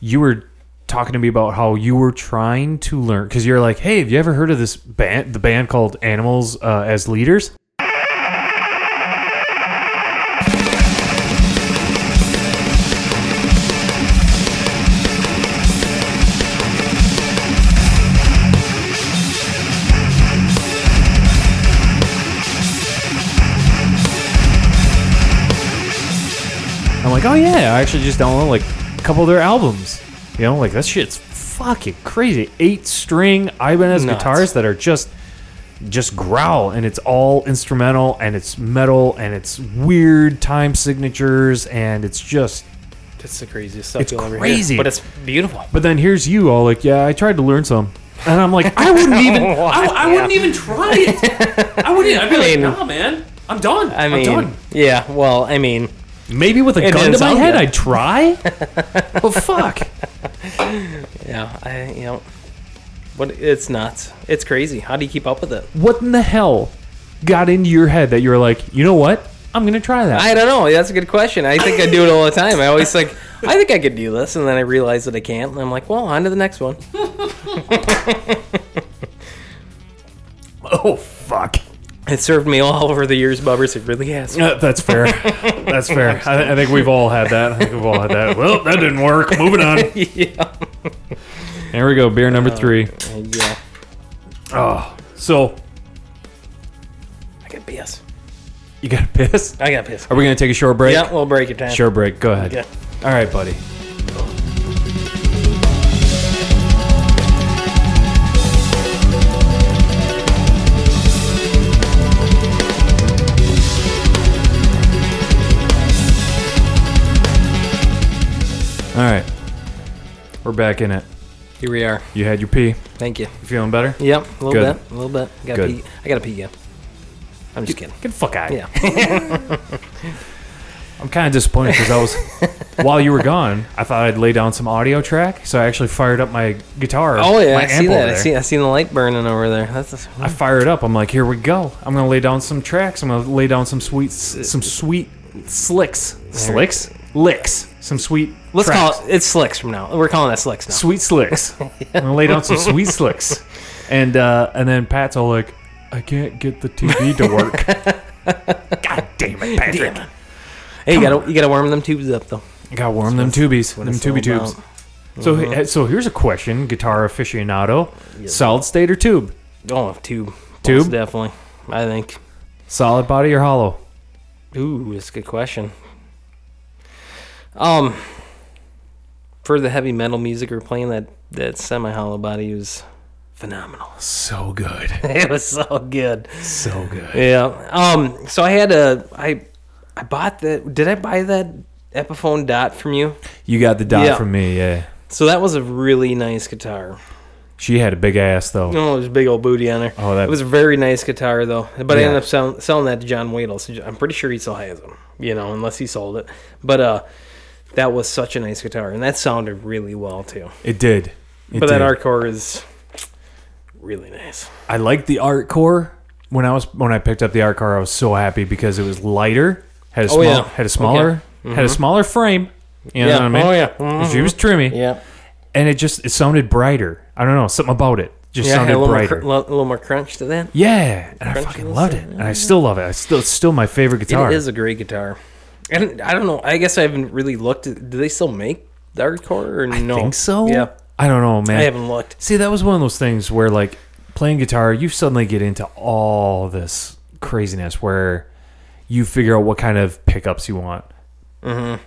S2: you were talking to me about how you were trying to learn because you're like, "Hey, have you ever heard of this band? The band called Animals uh, as Leaders." I'm like, "Oh yeah, I actually just downloaded like a couple of their albums." You know, like that shit's fucking crazy. Eight string Ibanez
S3: Nuts.
S2: guitars that are just just growl and it's all instrumental and it's metal and it's weird time signatures and it's just
S3: that's the craziest stuff
S2: It's
S3: you'll ever
S2: crazy.
S3: hear but it's beautiful
S2: But then here's you all like, yeah, I tried to learn some, and I'm like, I wouldn't even,
S1: Oh,
S2: I, I wouldn't even try it. I wouldn't. I'd be like,
S3: mean-
S2: nah, man, I'm done.
S3: i
S2: I
S3: mean
S2: am done.
S3: yeah well i mean
S2: Maybe with a
S3: it
S2: gun to
S3: didn't
S2: my
S3: sound
S2: head,
S3: good.
S2: I'd try. but fuck,
S3: yeah i you know but it's nuts it's crazy how do you keep up with it
S2: what in the hell got into your head that you were like, you know what, I'm gonna try that.
S3: I don't know. That's a good question. I think I do it all the time. I always like, I think I could do this, and then I realize that I can't, and I'm like, well, on to the next one.
S2: oh fuck.
S3: It served me all over the years, Bubbers. It really has.
S2: Uh, that's fair. That's fair. I, I think we've all had that. I think we've all had that. Well, that didn't work. Moving on.
S3: yeah.
S2: There we go. Beer number three.
S3: Yeah.
S2: Oh, so
S3: I got piss.
S2: you got to piss?
S3: I got piss.
S2: Are we gonna take a short break?
S3: Yeah, we'll break it down.
S2: Sure, break. Go ahead.
S3: Okay.
S2: All right, buddy. All right. We're back in it.
S3: Here we are.
S2: You had your pee.
S3: Thank you.
S2: You feeling better?
S3: Yep. A little
S2: Good.
S3: bit. A little bit. Got
S2: Good.
S3: pee. I got to pee. Yeah. I'm just kidding.
S2: Get the fuck out.
S3: Yeah.
S2: I'm kind of disappointed because I was while you were gone, I thought I'd lay down some audio track, so I actually fired up my guitar.
S3: Oh yeah,
S2: my
S3: I
S2: amp
S3: see
S2: over
S3: that. I
S2: there.
S3: see. I see the light burning over there. That's a,
S2: I fire it up. I'm like, here we go. I'm gonna lay down some tracks. I'm gonna lay down some sweet,
S3: Uh,
S2: some sweet slicks, slicks, licks, some sweet.
S3: let's
S2: tracks.
S3: call it. It's slicks from now. We're calling it slicks now.
S2: sweet slicks. I'm gonna lay down some sweet slicks, and uh, and then Pat's all like, I can't get the TV to work. God damn it, Patrick!
S3: Damn. Hey, you gotta you gotta warm them tubes up though.
S2: Gotta warm them tubies, them
S3: it's all
S2: tubby
S3: Uh-huh.
S2: tubes. So he- so here's a question, guitar aficionado: solid state or tube?
S3: Oh, tube,
S2: Tube?
S3: Most definitely. I think.
S2: Solid body or hollow?
S3: Ooh, that's a good question. Um, for the heavy metal music we're playing, that that semi hollow body was phenomenal.
S2: So good,
S3: It was so good.
S2: so good.
S3: Yeah. Um. So I had a I I bought that. Did I buy that Epiphone Dot from you?
S2: You got the dot
S3: Yeah.
S2: from me, yeah.
S3: So that was a really nice guitar.
S2: She had a big ass though.
S3: Oh, there's a big old booty on her.
S2: Oh, that-
S3: it was a very nice guitar though. But I
S2: Yeah.
S3: ended up selling, selling that to John Waddell. So I'm pretty sure he still has them. You know, unless he sold it. But uh, that was such a nice guitar, and that sounded really well too.
S2: It did. It
S3: but
S2: did.
S3: that hardcore is really nice.
S2: I liked the art core. When I was when I picked up the art core, I was so happy because it was lighter, had a small,
S3: Oh, yeah. Mm-hmm.
S2: had a smaller, had a smaller frame. You know
S3: Yeah.
S2: what I mean?
S3: Oh, yeah.
S2: She was trimmy,
S3: Yeah.
S2: and it just it sounded brighter. I don't know something about it. Just
S3: Yeah, I had
S2: sounded
S3: a little, more,
S2: brighter.
S3: cr- lo- a little more crunch to that.
S2: yeah, and I
S3: Crunchy
S2: fucking
S3: little
S2: loved it,
S3: sound.
S2: and I still love it. I still it's still my favorite guitar.
S3: It is a great guitar. And I don't know. I guess I haven't really looked. At, do they still make the hardcore or no?
S2: I think so.
S3: Yeah.
S2: I don't know, man.
S3: I haven't looked.
S2: See, that was one of those things where, like, playing guitar, you suddenly get into all this craziness where you figure out what kind of pickups you want.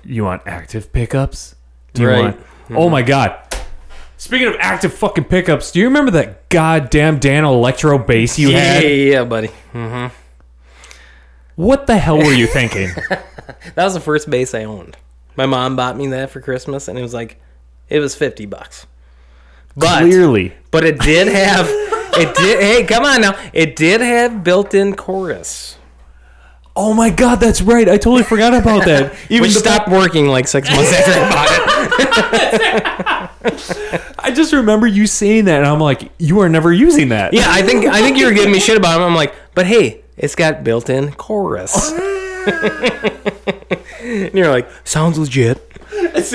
S2: You want active pickups? Do you
S3: Mm-hmm. Right. Mm-hmm.
S2: want? Oh my god! Speaking of active fucking pickups, do you remember that goddamn Dan electro bass you
S3: yeah,
S2: had?
S3: yeah, buddy.
S2: What the hell were you thinking?
S3: That was the first bass I owned. My mom bought me that for Christmas, and it was like, it was fifty bucks. But
S2: Clearly,
S3: but it did have it did. Hey, come on now. It did have built-in chorus,
S2: oh my god, that's right. I totally forgot about that. Even
S3: which
S2: the-
S3: stopped working like six months after I bought it.
S2: I just remember you saying that, and I'm like, you are never using that.
S3: Yeah, I think I think you were giving me shit about it. I'm like, but hey, it's got built-in chorus. and you're like, sounds legit.
S2: That's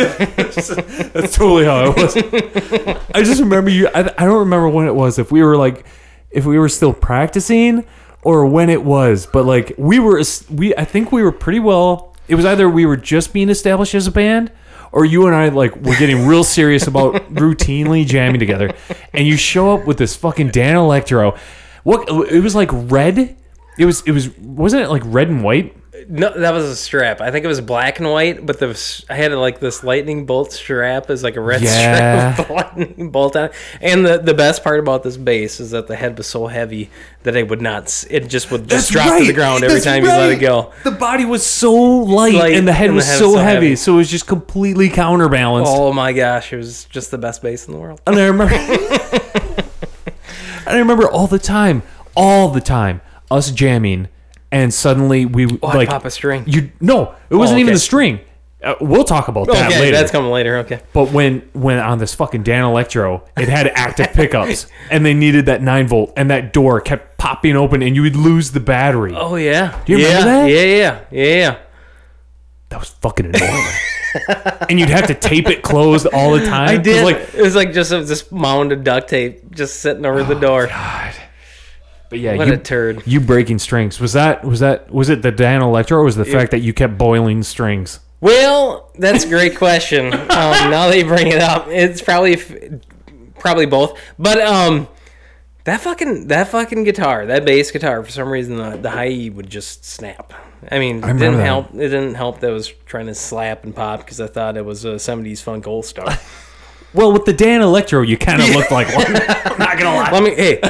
S2: totally how it was. I just remember you. I, I don't remember when it was. If we were like, if we were still practicing, or when it was. But like, we were. es- We I think we were pretty well. It was either we were just being established as a band, or you and I like were getting real serious about routinely jamming together. And you show up with this fucking Dan Electro. What it was like red. It was. It was. Wasn't it like red and white?
S3: No, that was a strap. I think it was black and white, but the s- I had like this lightning bolt strap is like a red
S2: Yeah.
S3: strap with the lightning bolt on. it. And the the best part about this bass is that the head was so heavy that it would not. s- It just would just drop to the ground every
S2: That's
S3: time you let
S2: right.
S3: it go.
S2: The body was so light,
S3: Light,
S2: and the head
S3: and the
S2: was
S3: head
S2: so,
S3: was so
S2: heavy,
S3: heavy.
S2: so it was just completely counterbalanced.
S3: Oh my gosh, it was just the best bass in the world.
S2: And I remember, and I remember all the time, all the time, us jamming, and suddenly we
S3: I'd
S2: like
S3: Oh, pop a string. Oh,
S2: You no, it wasn't even
S3: okay.
S2: the string. Uh, we'll talk about that
S3: okay,
S2: later.
S3: that's coming later. Okay,
S2: But when when on this fucking Dan Electro, it had active pickups, and they needed that nine volt, and that door kept popping open, and you would lose the battery.
S3: Oh yeah.
S2: Do you
S3: yeah,
S2: remember that?
S3: Yeah, yeah, yeah.
S2: that was fucking annoying. and you'd have to tape it closed all the time.
S3: I
S2: 'cause,
S3: did.
S2: Like,
S3: it was like just a, this mound of duct tape just sitting over
S2: Oh,
S3: the door.
S2: but yeah,
S3: What
S2: you,
S3: a turd.
S2: you breaking strings was that was that was it the Dan Electro or was the fact that you kept boiling strings?
S3: Well, that's a great question. um, now that you bring it up, it's probably probably both. But um, that fucking that fucking guitar, that bass guitar, for some reason the, the high E would just snap. I mean, it
S2: remember
S3: didn't
S2: that.
S3: help. It didn't help that I was trying to slap and pop because I thought it was a '70s funk old star.
S2: Well, with the Dan Electro, you kind of looked like one. I'm not gonna lie.
S3: Let me. Hey,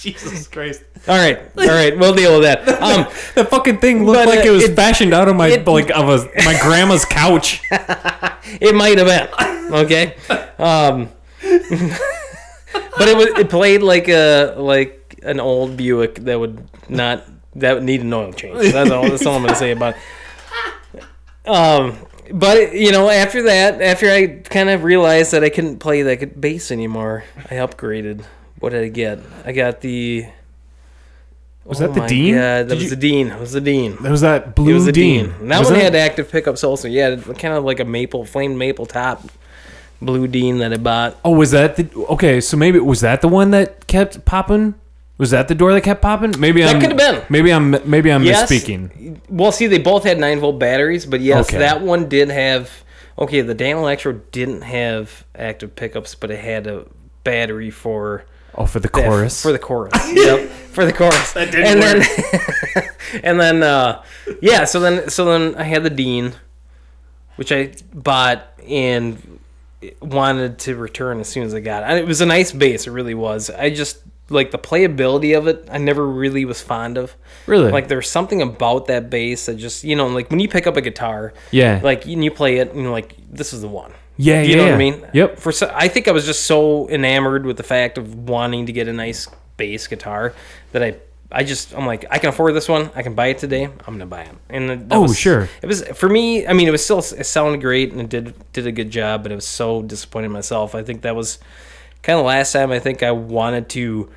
S2: Jesus Christ,
S3: all right, all right, we'll deal with that. Um,
S2: the fucking thing looked
S3: But,
S2: like it
S3: uh,
S2: was
S3: it-
S2: fashioned out of my
S3: it-
S2: like of a, my grandma's couch.
S3: It might have been. Okay. Um, but it was it played like a like an old Buick that would not that need an oil change. That's all. That's all I'm gonna say about it. Um, but you know, after that, after I kind of realized that I couldn't play that bass anymore, I upgraded. What did I get? I got the.
S2: Was that the Dean?
S3: Yeah, that
S2: Did
S3: was
S2: you-
S3: the Dean. It was the Dean.
S2: It was that blue
S3: It was the Dean.
S2: Dean.
S3: And That
S2: Was
S3: one
S2: that-
S3: had active pickups also. Yeah, kind of like a maple, flame maple top, blue Dean that I bought.
S2: Oh, was that the okay? So maybe was that the one that kept popping? Was that the door that kept popping? Maybe
S3: That
S2: I'm
S3: could've been.
S2: Maybe I'm maybe I'm
S3: Yes.
S2: misspeaking.
S3: Well, see, they both had nine volt batteries, but yes,
S2: Okay.
S3: that one did have. Okay, the Dan Electro didn't have active pickups, but it had a battery for
S2: Oh, for the
S3: that-
S2: chorus.
S3: for the chorus. yep, for the chorus.
S1: That didn't
S3: and Then, and then, uh, yeah. So then, so then I had the Dean, which I bought and wanted to return as soon as I got it. And It was a nice bass, it really was. I just like the playability of it. I never really was fond of.
S2: Really?
S3: like there's something about that bass that just you know, like when you pick up a guitar,
S2: Yeah.
S3: like and you play it and you're like, this is the one.
S2: Yeah,
S3: you know
S2: yeah,
S3: what I
S2: yeah.
S3: mean.
S2: Yep.
S3: For so, I think I was just so enamored with the fact of wanting to get a nice bass guitar that I I just I'm like I can afford this one. I can buy it today. I'm gonna buy it. And that
S2: Oh,
S3: was-
S2: sure.
S3: It was for me. I mean, it was still it sounded great and it did did a good job, but I was so disappointed in myself. I think that was kind of last time. I think I wanted to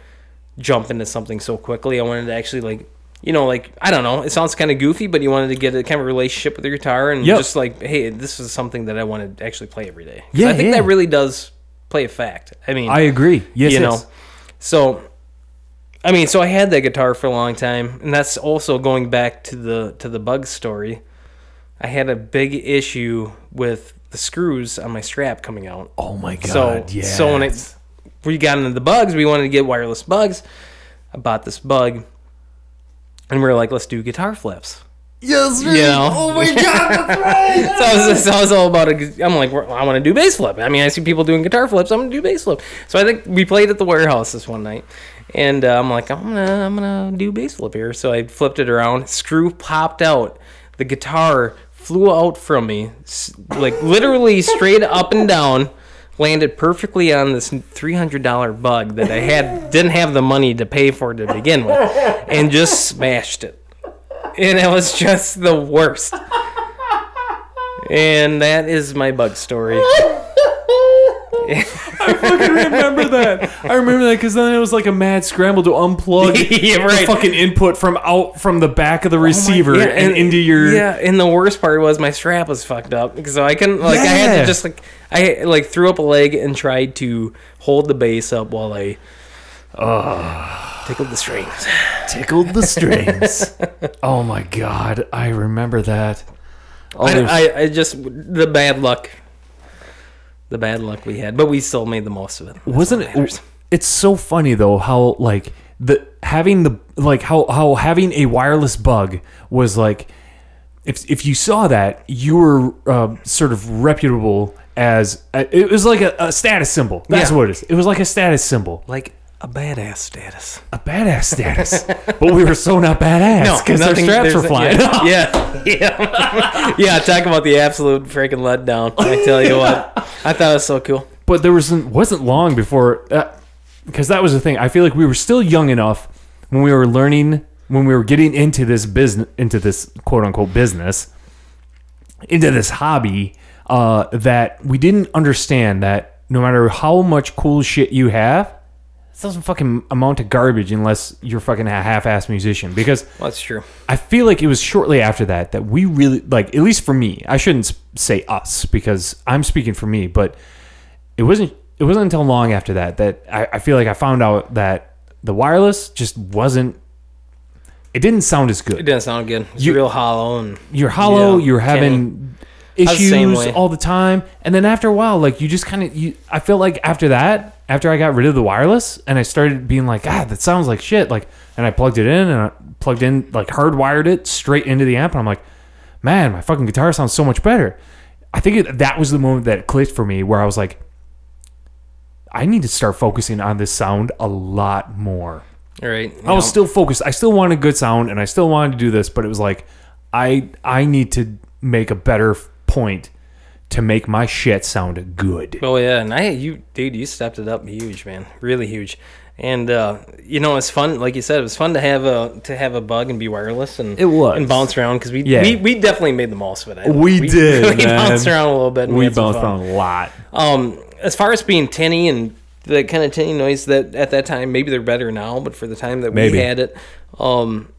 S3: jump into something so quickly. I wanted to actually like. You know, like I don't know. It sounds kind of goofy, but you wanted to get a kind of relationship with your guitar, and
S2: Yep.
S3: just like, hey, this is something that I want to actually play every day. 'Cause
S2: Yeah,
S3: I think
S2: yeah.
S3: that really does play a fact. I mean,
S2: I agree. Yes, yes.
S3: you know, so I mean, so I had that guitar for a long time, and that's also going back to the to the bug story. I had a big issue with the screws on my strap coming out.
S2: Oh my god.
S3: so
S2: yeah.
S3: so when it we got into the bugs, we wanted to get wireless bugs. I bought this bug, and we were like, let's do guitar flips.
S2: yes,
S3: You know? Oh my god, that's right. so, I was, so I was all about a, I'm like, well, I want to do bass flip. I mean, I see people doing guitar flips. I'm gonna do bass flip. So I think we played at the warehouse this one night, and uh, I'm like, I'm gonna, I'm gonna do bass flip here. So I flipped it around. Screw popped out. The guitar flew out from me, s- like literally straight up and down. Landed perfectly on this three hundred dollar bug that I had didn't have the money to pay for to begin with, and just smashed it and it was just the worst. And that is my bug story.
S2: remember that. I remember that because then it was like a mad scramble to unplug
S3: yeah,
S2: the
S3: right. Oh
S2: fucking input from out from the back of the receiver
S3: Yeah,
S2: and, into your.
S3: yeah. And the worst part was my strap was fucked up, so I couldn't like I had
S2: Yeah.
S3: to just like I like threw up a leg and tried to hold the bass up while I tickled the strings.
S2: tickled the strings. oh my god, I remember that. Oh,
S3: I,
S2: there's-
S3: I, I just the bad luck, the bad luck we had, but we still made the most of it. That's what
S2: wasn't
S3: matters.
S2: it it's so funny though how like the having the like how how having a wireless bug was like if if you saw that you were uh, sort of reputable as uh, it was like a, a status symbol that's
S3: Yeah.
S2: what it is it was like a status symbol
S3: like a badass status?
S2: a badass status but we were so not badass because their
S3: nothing-
S2: straps were
S3: there's-
S2: flying
S3: yeah,
S2: off
S3: Yeah, yeah, yeah. Talk about the absolute freaking letdown. I tell you what, I thought it was so cool.
S2: but there wasn't wasn't long before because that was the thing. I feel like we were still young enough when we were learning when we were getting into this business into this quote unquote business into this hobby uh, that we didn't understand that no matter how much cool shit you have, it doesn't fucking amount to garbage unless you're fucking a half-ass musician because.
S3: Well, that's true.
S2: I feel like it was shortly after that that we really like at least for me. I shouldn't s- say us because I'm speaking for me, but it wasn't it wasn't until long after that that I, I feel like I found out that the wireless just wasn't. It didn't sound as
S3: It
S2: good.
S3: didn't sound good. It's
S2: You-
S3: real hollow and
S2: You're hollow.
S3: Yeah,
S2: you're having
S3: was the same
S2: issues
S3: way.
S2: all the time, and then after a while, like you just kind of you. I feel like after that, after I got rid of the wireless and I started being like, ah, that sounds like shit. Like, and I plugged it in and I plugged in like hardwired it straight into the amp, and I'm like, man, my fucking guitar sounds so much better. I think it, that was the moment that it clicked for me where I was like, I need to start focusing on this sound a lot more.
S3: all right. you
S2: I was
S3: know.
S2: still focused. I still wanted good sound, and I still wanted to do this, but it was like, I I need to make a better f- point to make my shit sound good.
S3: Oh yeah, and I you dude, you stepped it up huge, man, really huge. And uh, you know, it's fun. Like you said, it was fun to have a to have a bug and be wireless and
S2: It was.
S3: and bounce around because we,
S2: Yeah.
S3: we we definitely made the most of it. I think.
S2: We did,
S3: We
S2: man.
S3: bounced around a little bit. And we
S2: We
S3: had some
S2: bounced
S3: fun.
S2: on a lot.
S3: Um, as far as being tinny and the kind of tinny noise that at that time, maybe they're better now, but for the time that
S2: Maybe.
S3: we had it, um,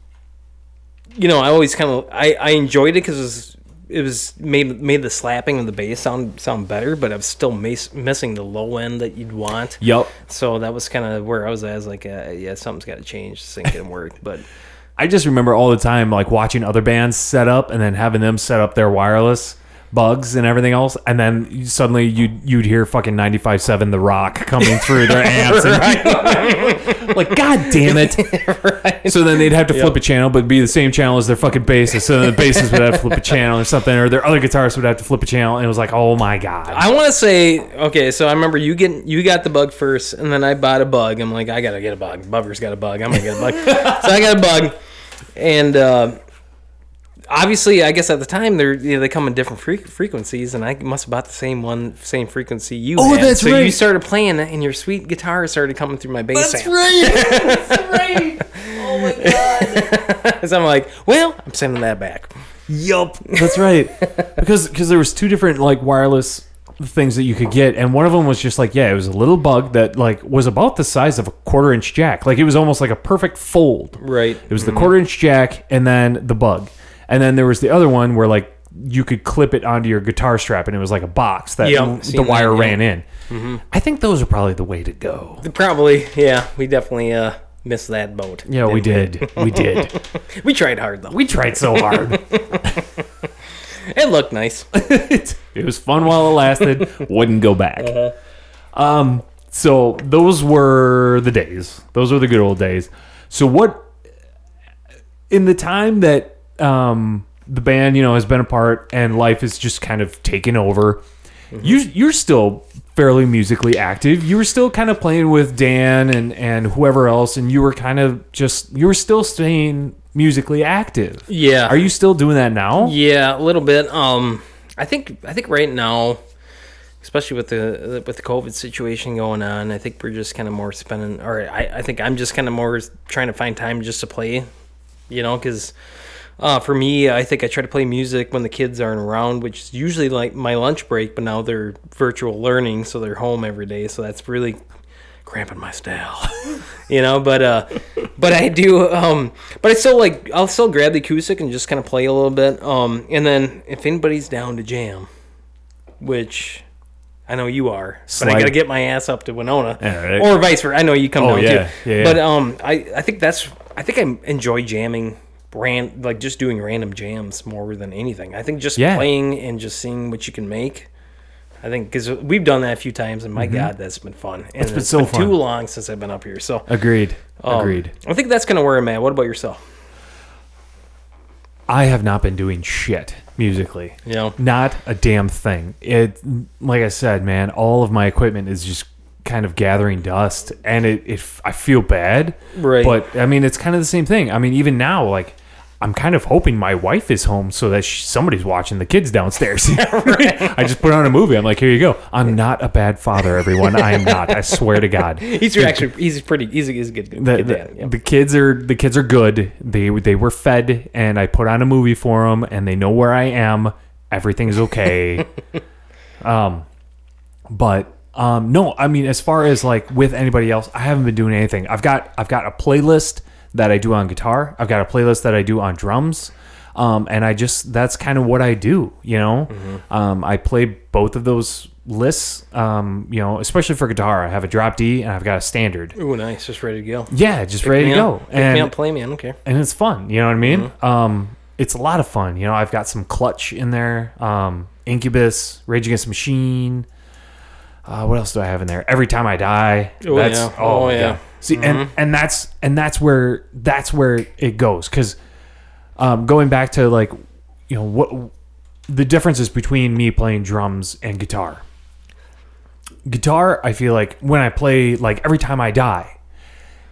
S3: you know, I always kind of I, I enjoyed it because it was, it was made made the slapping of the bass sound sound better, but I was still mas- missing the low end that you'd want.
S2: Yup.
S3: So that was kind of where I was at. I was like, uh, yeah, something's got to change. This ain't gonna work. But
S2: I just remember all the time like watching other bands set up and then having them set up their wireless bugs and everything else and then you- suddenly you'd you'd hear fucking 95.7 the rock coming through their amps and like god damn it so then they'd have to flip a channel but it'd be the same channel as their fucking bassist so then the bassist would have to flip a channel or something or their other guitarist would have to flip a channel and it was like oh my god
S3: I want to say okay. So I remember you getting you got the bug first, and then I bought a bug. I'm like, I gotta get a bug. Bubber's got a bug. I'm gonna get a bug. so I got a bug, and uh, obviously, I guess at the time they're you know, they come in different fre- frequencies, and I must have bought the same one, same frequency you.
S2: Oh,
S3: had.
S2: that's
S3: so You
S2: right.
S3: started playing, it, and your sweet guitar started coming through my bass. amp.
S1: right. That's right. Oh my god.
S3: so I'm like, well, I'm sending that back.
S2: yup that's right because because there was two different like wireless things that you could get and one of them was just like yeah it was a little bug that like was about the size of a quarter inch jack like it was almost like a perfect fold
S3: Right.
S2: it was the quarter inch jack and then the bug and then there was the other one where like you could clip it onto your guitar strap and it was like a box that
S3: Yep,
S2: the
S3: seen
S2: wire
S3: that, yeah.
S2: ran in i think those are probably the way to go
S3: Probably, yeah. We definitely uh, missed that boat.
S2: yeah we did we did
S3: We tried hard though.
S2: we tried so hard
S3: It looked nice.
S2: it, it was fun while it lasted. Wouldn't go back.
S3: Uh-huh.
S2: Um, so those were the days. Those were the good old days. So what in the time that um, the band you know has been apart and life has just kind of taken over,
S3: Mm-hmm.
S2: you you're still fairly musically active. You were still kind of playing with Dan and and whoever else, and you were kind of just you were still staying musically active.
S3: Yeah.
S2: Are you still doing that now?
S3: Yeah, a little bit. Um, I think I think right now, especially with the with the COVID situation going on, I think we're just kind of more spending, or I, I think I'm just kind of more trying to find time just to play, you know, because uh, for me, I think I try to play music when the kids aren't around, which is usually like my lunch break, but now they're virtual learning, so they're home every day, so that's really cramping my style you know but uh but i do um but i still like i'll still grab the acoustic and just kind of play a little bit um and then if anybody's down to jam which i know you are but i
S2: Slide.
S3: gotta get my ass up to winona
S2: Yeah, right.
S3: or vice versa i know you come
S2: Oh,
S3: down
S2: yeah,
S3: too
S2: yeah, yeah.
S3: but um i i think that's i think i enjoy jamming ran like just doing random jams more than anything i think just
S2: Yeah.
S3: playing and just seeing what you can make I think because we've done that a few times, and my God, that's been fun. And it's
S2: Mm-hmm. been so fun.
S3: too long since I've been up here. So
S2: Agreed.
S3: um,
S2: Agreed.
S3: I think that's kind of where I'm at. What about yourself?
S2: I have not been doing shit musically.
S3: You know,
S2: Not a damn thing. It like I said, man, all of my equipment is just kind of gathering dust and it, it I feel bad.
S3: Right.
S2: But I mean, it's kind of the same thing. I mean, even now like I'm kind of hoping my wife is home so that she, somebody's watching the kids downstairs. I just put on a movie. I'm like, here you go. I'm not a bad father, everyone. I am not. I swear to God.
S3: he's actually he's pretty he's, he's a good, good
S2: the,
S3: good
S2: the,
S3: dad, yeah.
S2: the kids are the kids are good. They they were fed, and I put on a movie for them, and they know where I am. Everything's okay. um, but um, no, I mean, as far as like with anybody else, I haven't been doing anything. I've got I've got a playlist that I do on guitar. I've got a playlist that I do on drums. Um, and I just that's kind of what I do, you know. Um, I play both of those lists, um, you know, especially for guitar. I have a drop D and I've got a standard.
S3: Ooh, nice, just ready to go.
S2: Yeah, just ready to
S3: Yeah,
S2: go.
S3: pick me up, Mm-hmm.
S2: And,
S3: play me. I don't care.
S2: and it's fun. You know what I mean? Um, it's a lot of fun. You know, I've got some clutch in there, um, Incubus, Rage Against the Machine. Uh, what else do I have in there? Every time I die.
S3: Oh,
S2: that's,
S3: yeah.
S2: Oh,
S3: Oh,
S2: yeah.
S3: yeah.
S2: See, and and that's and that's where that's where it goes. Because um, going back to like, you know, what the differences between me playing drums and guitar. Guitar, I feel like when I play, like every time I die,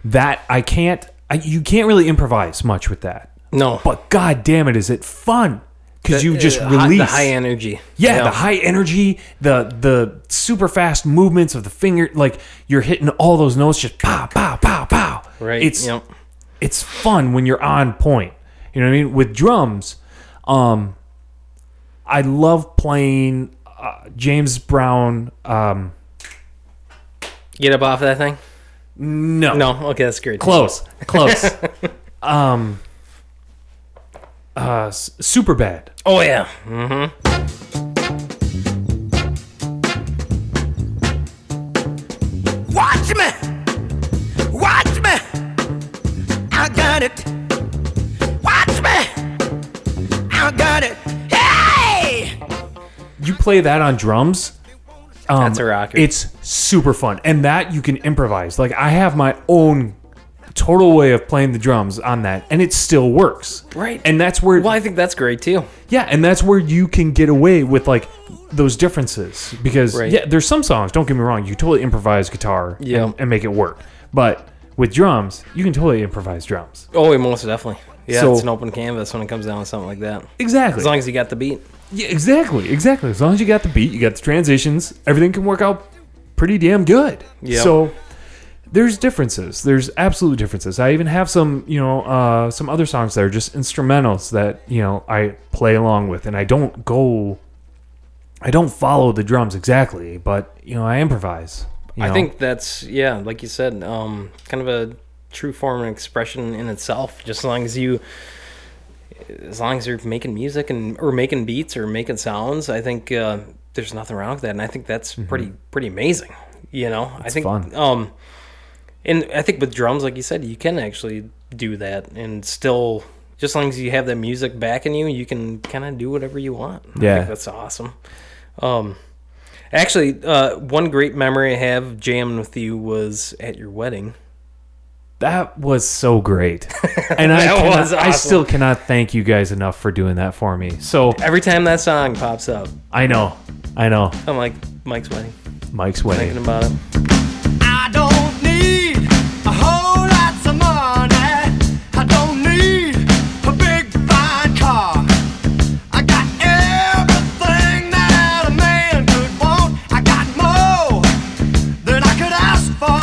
S2: that I can't. I, you can't really improvise much with that.
S3: No,
S2: But god damn it, is it fun? because you just
S3: Uh, high-
S2: release
S3: the high energy.
S2: yeah, the high energy, the the super fast movements of the finger, like you're hitting all those notes, just pow, pow, pow, pow.
S3: Right,
S2: It's
S3: yep.
S2: it's fun when you're on point. You know what I mean? With drums, um, I love playing uh, James Brown. Um,
S3: Get up off that thing.
S2: no,
S3: No, okay, that's great.
S2: close, close. um, uh, super bad.
S3: Oh yeah.
S4: Watch me, watch me, I got it. Watch me, I got it. Hey!
S2: you play that on drums um,
S3: That's a rocker.
S2: it's super fun and that you can improvise like i have my own total way of playing the drums on that and it still works
S3: Right.
S2: and that's where
S3: Well, I think that's great too.
S2: yeah and that's where you can get away with like those differences because
S3: Right.
S2: yeah there's some songs don't get me wrong you totally improvise guitar
S3: Yeah.
S2: and, and make it work but with drums you can totally improvise drums
S3: Oh, yeah, most definitely. Yeah,
S2: So-
S3: it's an open canvas when it comes down to something like that.
S2: exactly
S3: As long as you got the beat.
S2: Yeah, exactly, exactly. As long as you got the beat, you got the transitions, everything can work out pretty damn good.
S3: Yeah.
S2: So there's differences. There's absolute differences. I even have some, you know, uh, some other songs that are just instrumentals that you know I play along with, and I don't go, I don't follow the drums exactly, but you know I improvise. you
S3: I
S2: know?
S3: think that's yeah, like you said, um, kind of a true form of expression in itself. Just as long as you, as long as you're making music and or making beats or making sounds, I think uh, there's nothing wrong with that, and I think that's pretty pretty amazing. You know, I think
S2: Mm-hmm. fun.
S3: um, and I think with drums, like you said, you can actually do that and still. Just as long as you have that music backing you, you can kind of do whatever you want. I
S2: Yeah.
S3: think that's awesome. Um, Actually, uh, one great memory I have jamming with you was at your wedding.
S2: that was so great, and I
S3: That
S2: cannot,
S3: was
S2: I
S3: awesome.
S2: still cannot thank you guys enough for doing that for me. So
S3: Every time that song pops up,
S2: I know, I know,
S3: I'm like, Mike's wedding,
S2: Mike's wedding.
S3: thinking about it.
S4: I don't need a whole lot of money. I don't need a big fine car. I got everything that a man could want. I got more than I could ask for.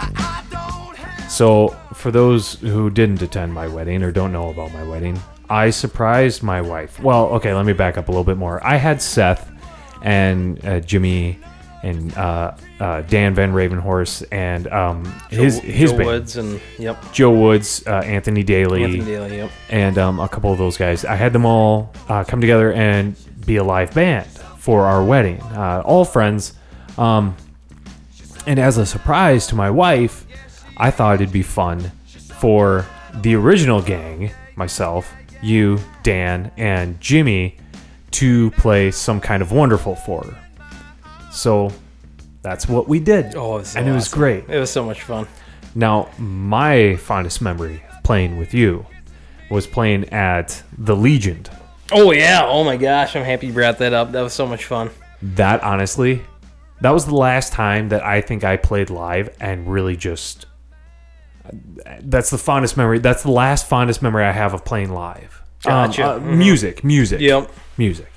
S4: I- I don't have.
S2: So, for those who didn't attend my wedding or don't know about my wedding, I surprised my wife. Well, okay, let me back up a little bit more. I had Seth and uh, Jimmy and uh, uh, Dan Van Ravenhorse and um, his
S3: Joe-
S2: his
S3: Joe
S2: band,
S3: Woods and yep,
S2: Joe Woods, uh, Anthony Daly,
S3: Anthony Daly, yep.
S2: and um, a couple of those guys. I had them all uh, come together and be a live band for our wedding, uh, all friends. Um, and as a surprise to my wife, I thought it'd be fun for the original gang, myself, you, Dan, and Jimmy, to play some kind of wonderful for her. So that's what we did.
S3: Oh, it was so
S2: and it was
S3: awesome.
S2: great.
S3: It was so much fun.
S2: Now, my fondest memory of playing with you was playing at the Legion.
S3: Oh yeah, oh my gosh, I'm happy you brought that up. That was so much fun.
S2: That honestly, that was the last time that I think I played live and really just. That's the fondest memory. That's the last fondest memory I have of playing live. Um,
S3: Gotcha. Mm-hmm.
S2: uh, Music, music,
S3: Yep.
S2: music.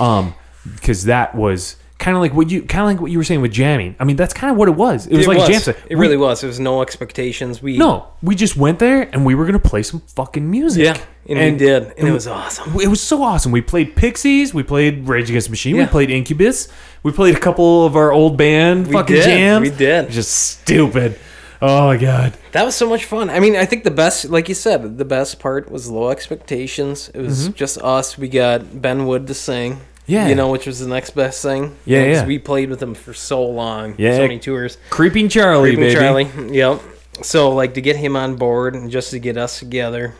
S2: Um, because that was kind of like what you kind of like what you were saying with jamming. I mean, that's kind of what it was. It was like a jam session.
S3: It really was. It was no expectations. We
S2: No, we just went there and we were gonna play some fucking music.
S3: yeah, and, we did, and, it was awesome.
S2: It was so awesome. We played Pixies, we played Rage Against the Machine,
S3: Yeah.
S2: we played Incubus, we played a couple of our old band fucking
S3: did,
S2: jams.
S3: we did.
S2: Just stupid. Oh my god.
S3: That was so much fun. I mean, I think the best, like you said, the best part was low expectations. It was just us. We got Ben Wood to sing.
S2: Mm-hmm. Yeah.
S3: You know, which was the next best thing.
S2: Yeah,
S3: You know, 'cause
S2: yeah.
S3: We played with him for so long.
S2: Yeah.
S3: So many tours.
S2: Creeping Charlie,
S3: Even
S2: baby.
S3: Charlie. Yep. So, like, to get him on board and just to get us together.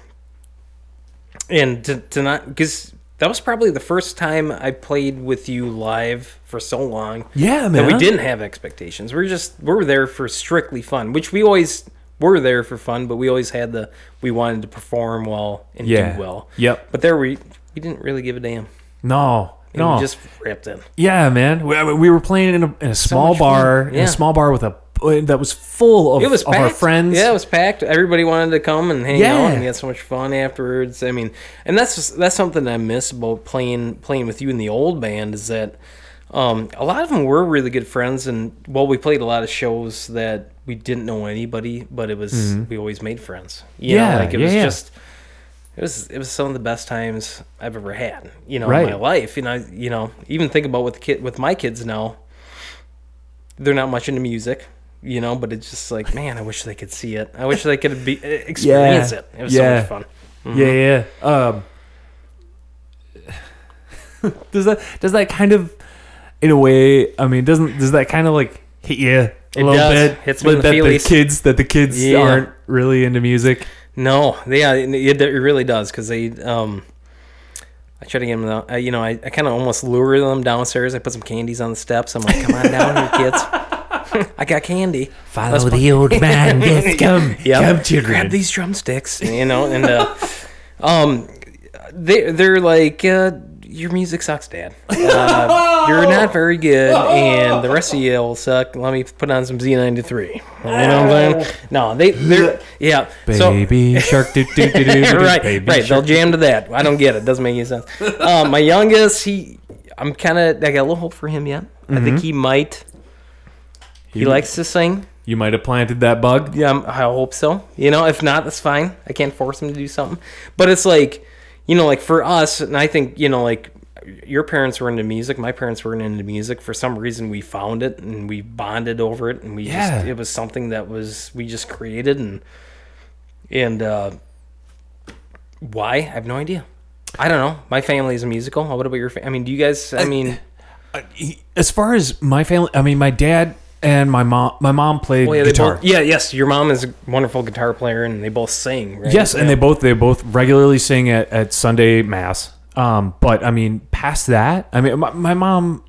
S3: And to, to not, because that was probably the first time I played with you live for so long.
S2: Yeah, man.
S3: That we didn't have expectations. We are just we were there for strictly fun, which we always were there for fun, but we always had the we wanted to perform well and
S2: Yeah.
S3: do well.
S2: Yep.
S3: But there we we didn't really give a damn.
S2: No.
S3: And
S2: No.
S3: We just ripped in.
S2: yeah, man. We, we were playing in a, in a small
S3: much fun.
S2: bar, in
S3: Yeah.
S2: a small bar with a that was full of,
S3: It was
S2: of
S3: packed.
S2: our friends.
S3: Yeah, it was packed. Everybody wanted to come and hang
S2: Yeah.
S3: out, and we had so much fun afterwards. I mean, and that's just, that's something I miss about playing playing with you in the old band is that um, a lot of them were really good friends, and well, we played a lot of shows that we didn't know anybody, but it was we always made friends. You know,
S2: Mm-hmm. Yeah,
S3: like it
S2: yeah,
S3: was
S2: yeah.
S3: just. It was it was some of the best times I've ever had, you know, in my
S2: Right.
S3: life. And I, you know, even think about with the kid with my kids now, they're not much into music, you know, but it's just like, man, I wish they could see it. I wish they could be e, experience it. It was
S2: Yeah.
S3: so much fun. Mm-hmm.
S2: Yeah, yeah. Um, does that does that kind of, in a way, I mean, doesn't does that kind of like hit you a little
S3: does.
S2: bit?
S3: Hits me in
S2: That-
S3: the
S2: that the
S3: feelies.
S2: kids that the kids
S3: Yeah.
S2: aren't really into music.
S3: No, yeah, it, it it really does because they, um, I try to get them, down, I, you know, I, I kind of almost lure them downstairs. I put some candies on the steps. I'm like, come on down here, kids. I got candy.
S2: Follow the old man. Yes, come,
S3: Yeah,
S2: come, children.
S3: Grab these drumsticks, you know, and uh, um, they they're like, uh, your music sucks, Dad. Uh, you're not very good, and the rest of you will suck. Let me put on some Z93. You know what I'm saying? No, they they're yeah. So,
S2: Baby shark, do do do do. do,
S3: right,
S2: baby
S3: right. They'll
S2: shark.
S3: jam to that. I don't get it. Doesn't make any sense. Uh, my youngest, he, I'm kind of, I got a little hope for him yet. I
S2: Mm-hmm.
S3: think he might. He, likes to sing.
S2: You might have planted that bug.
S3: Yeah, I'm- I hope so. You know, if not, that's fine. I can't force him to do something. But it's like, you know, like for us, and I think you know, like your parents were into music. My parents weren't into music. For some reason, we found it and we bonded over it, and we
S2: Yeah.
S3: just it was something that was we just created and and uh, why I have no idea. I don't know. My family is musical. What about your? Fa- I mean, do you guys? I mean,
S2: He- As far as my family, I mean, my dad and my mom. My mom played
S3: well, Oh, yeah, they
S2: guitar.
S3: both- yeah, yes. Your mom is a wonderful guitar player, and they both sing. Right?
S2: Yes, and they both they both regularly sing at, at Sunday mass. Um, but I mean, past that, I mean, my, my mom,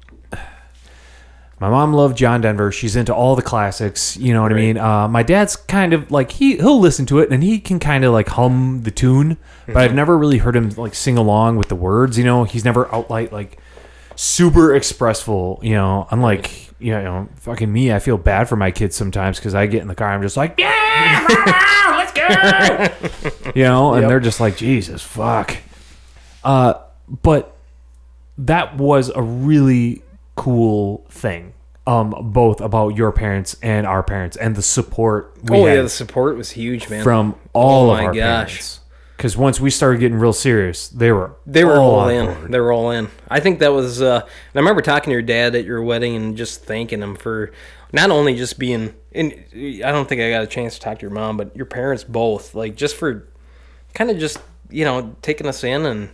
S2: my mom loved John Denver. She's into all the classics. You know what I mean? Uh, my dad's kind of like he he'll listen to it and he can kind of like hum the tune, but I've never really heard him like sing along with the words. You know, he's never outlight like super expressful. You know, unlike. You know, fucking me. I feel bad for my kids sometimes because I get in the car. I'm just like, yeah, mama, let's go you know, and they're just like, Jesus, fuck. Uh, but that was a really cool thing, um, both about your parents and our parents and the support we
S3: oh
S2: had
S3: yeah, the support was huge, man.
S2: from all
S3: Oh
S2: of
S3: my
S2: our
S3: gosh.
S2: parents. Because once we started getting real serious, they were
S3: They were all,
S2: on
S3: in.
S2: board.
S3: They were all in. I think that was. Uh, and I remember talking to your dad at your wedding and just thanking him for not only just being. And I don't think I got a chance to talk to your mom, but your parents both, like just for kind of just you know taking us in and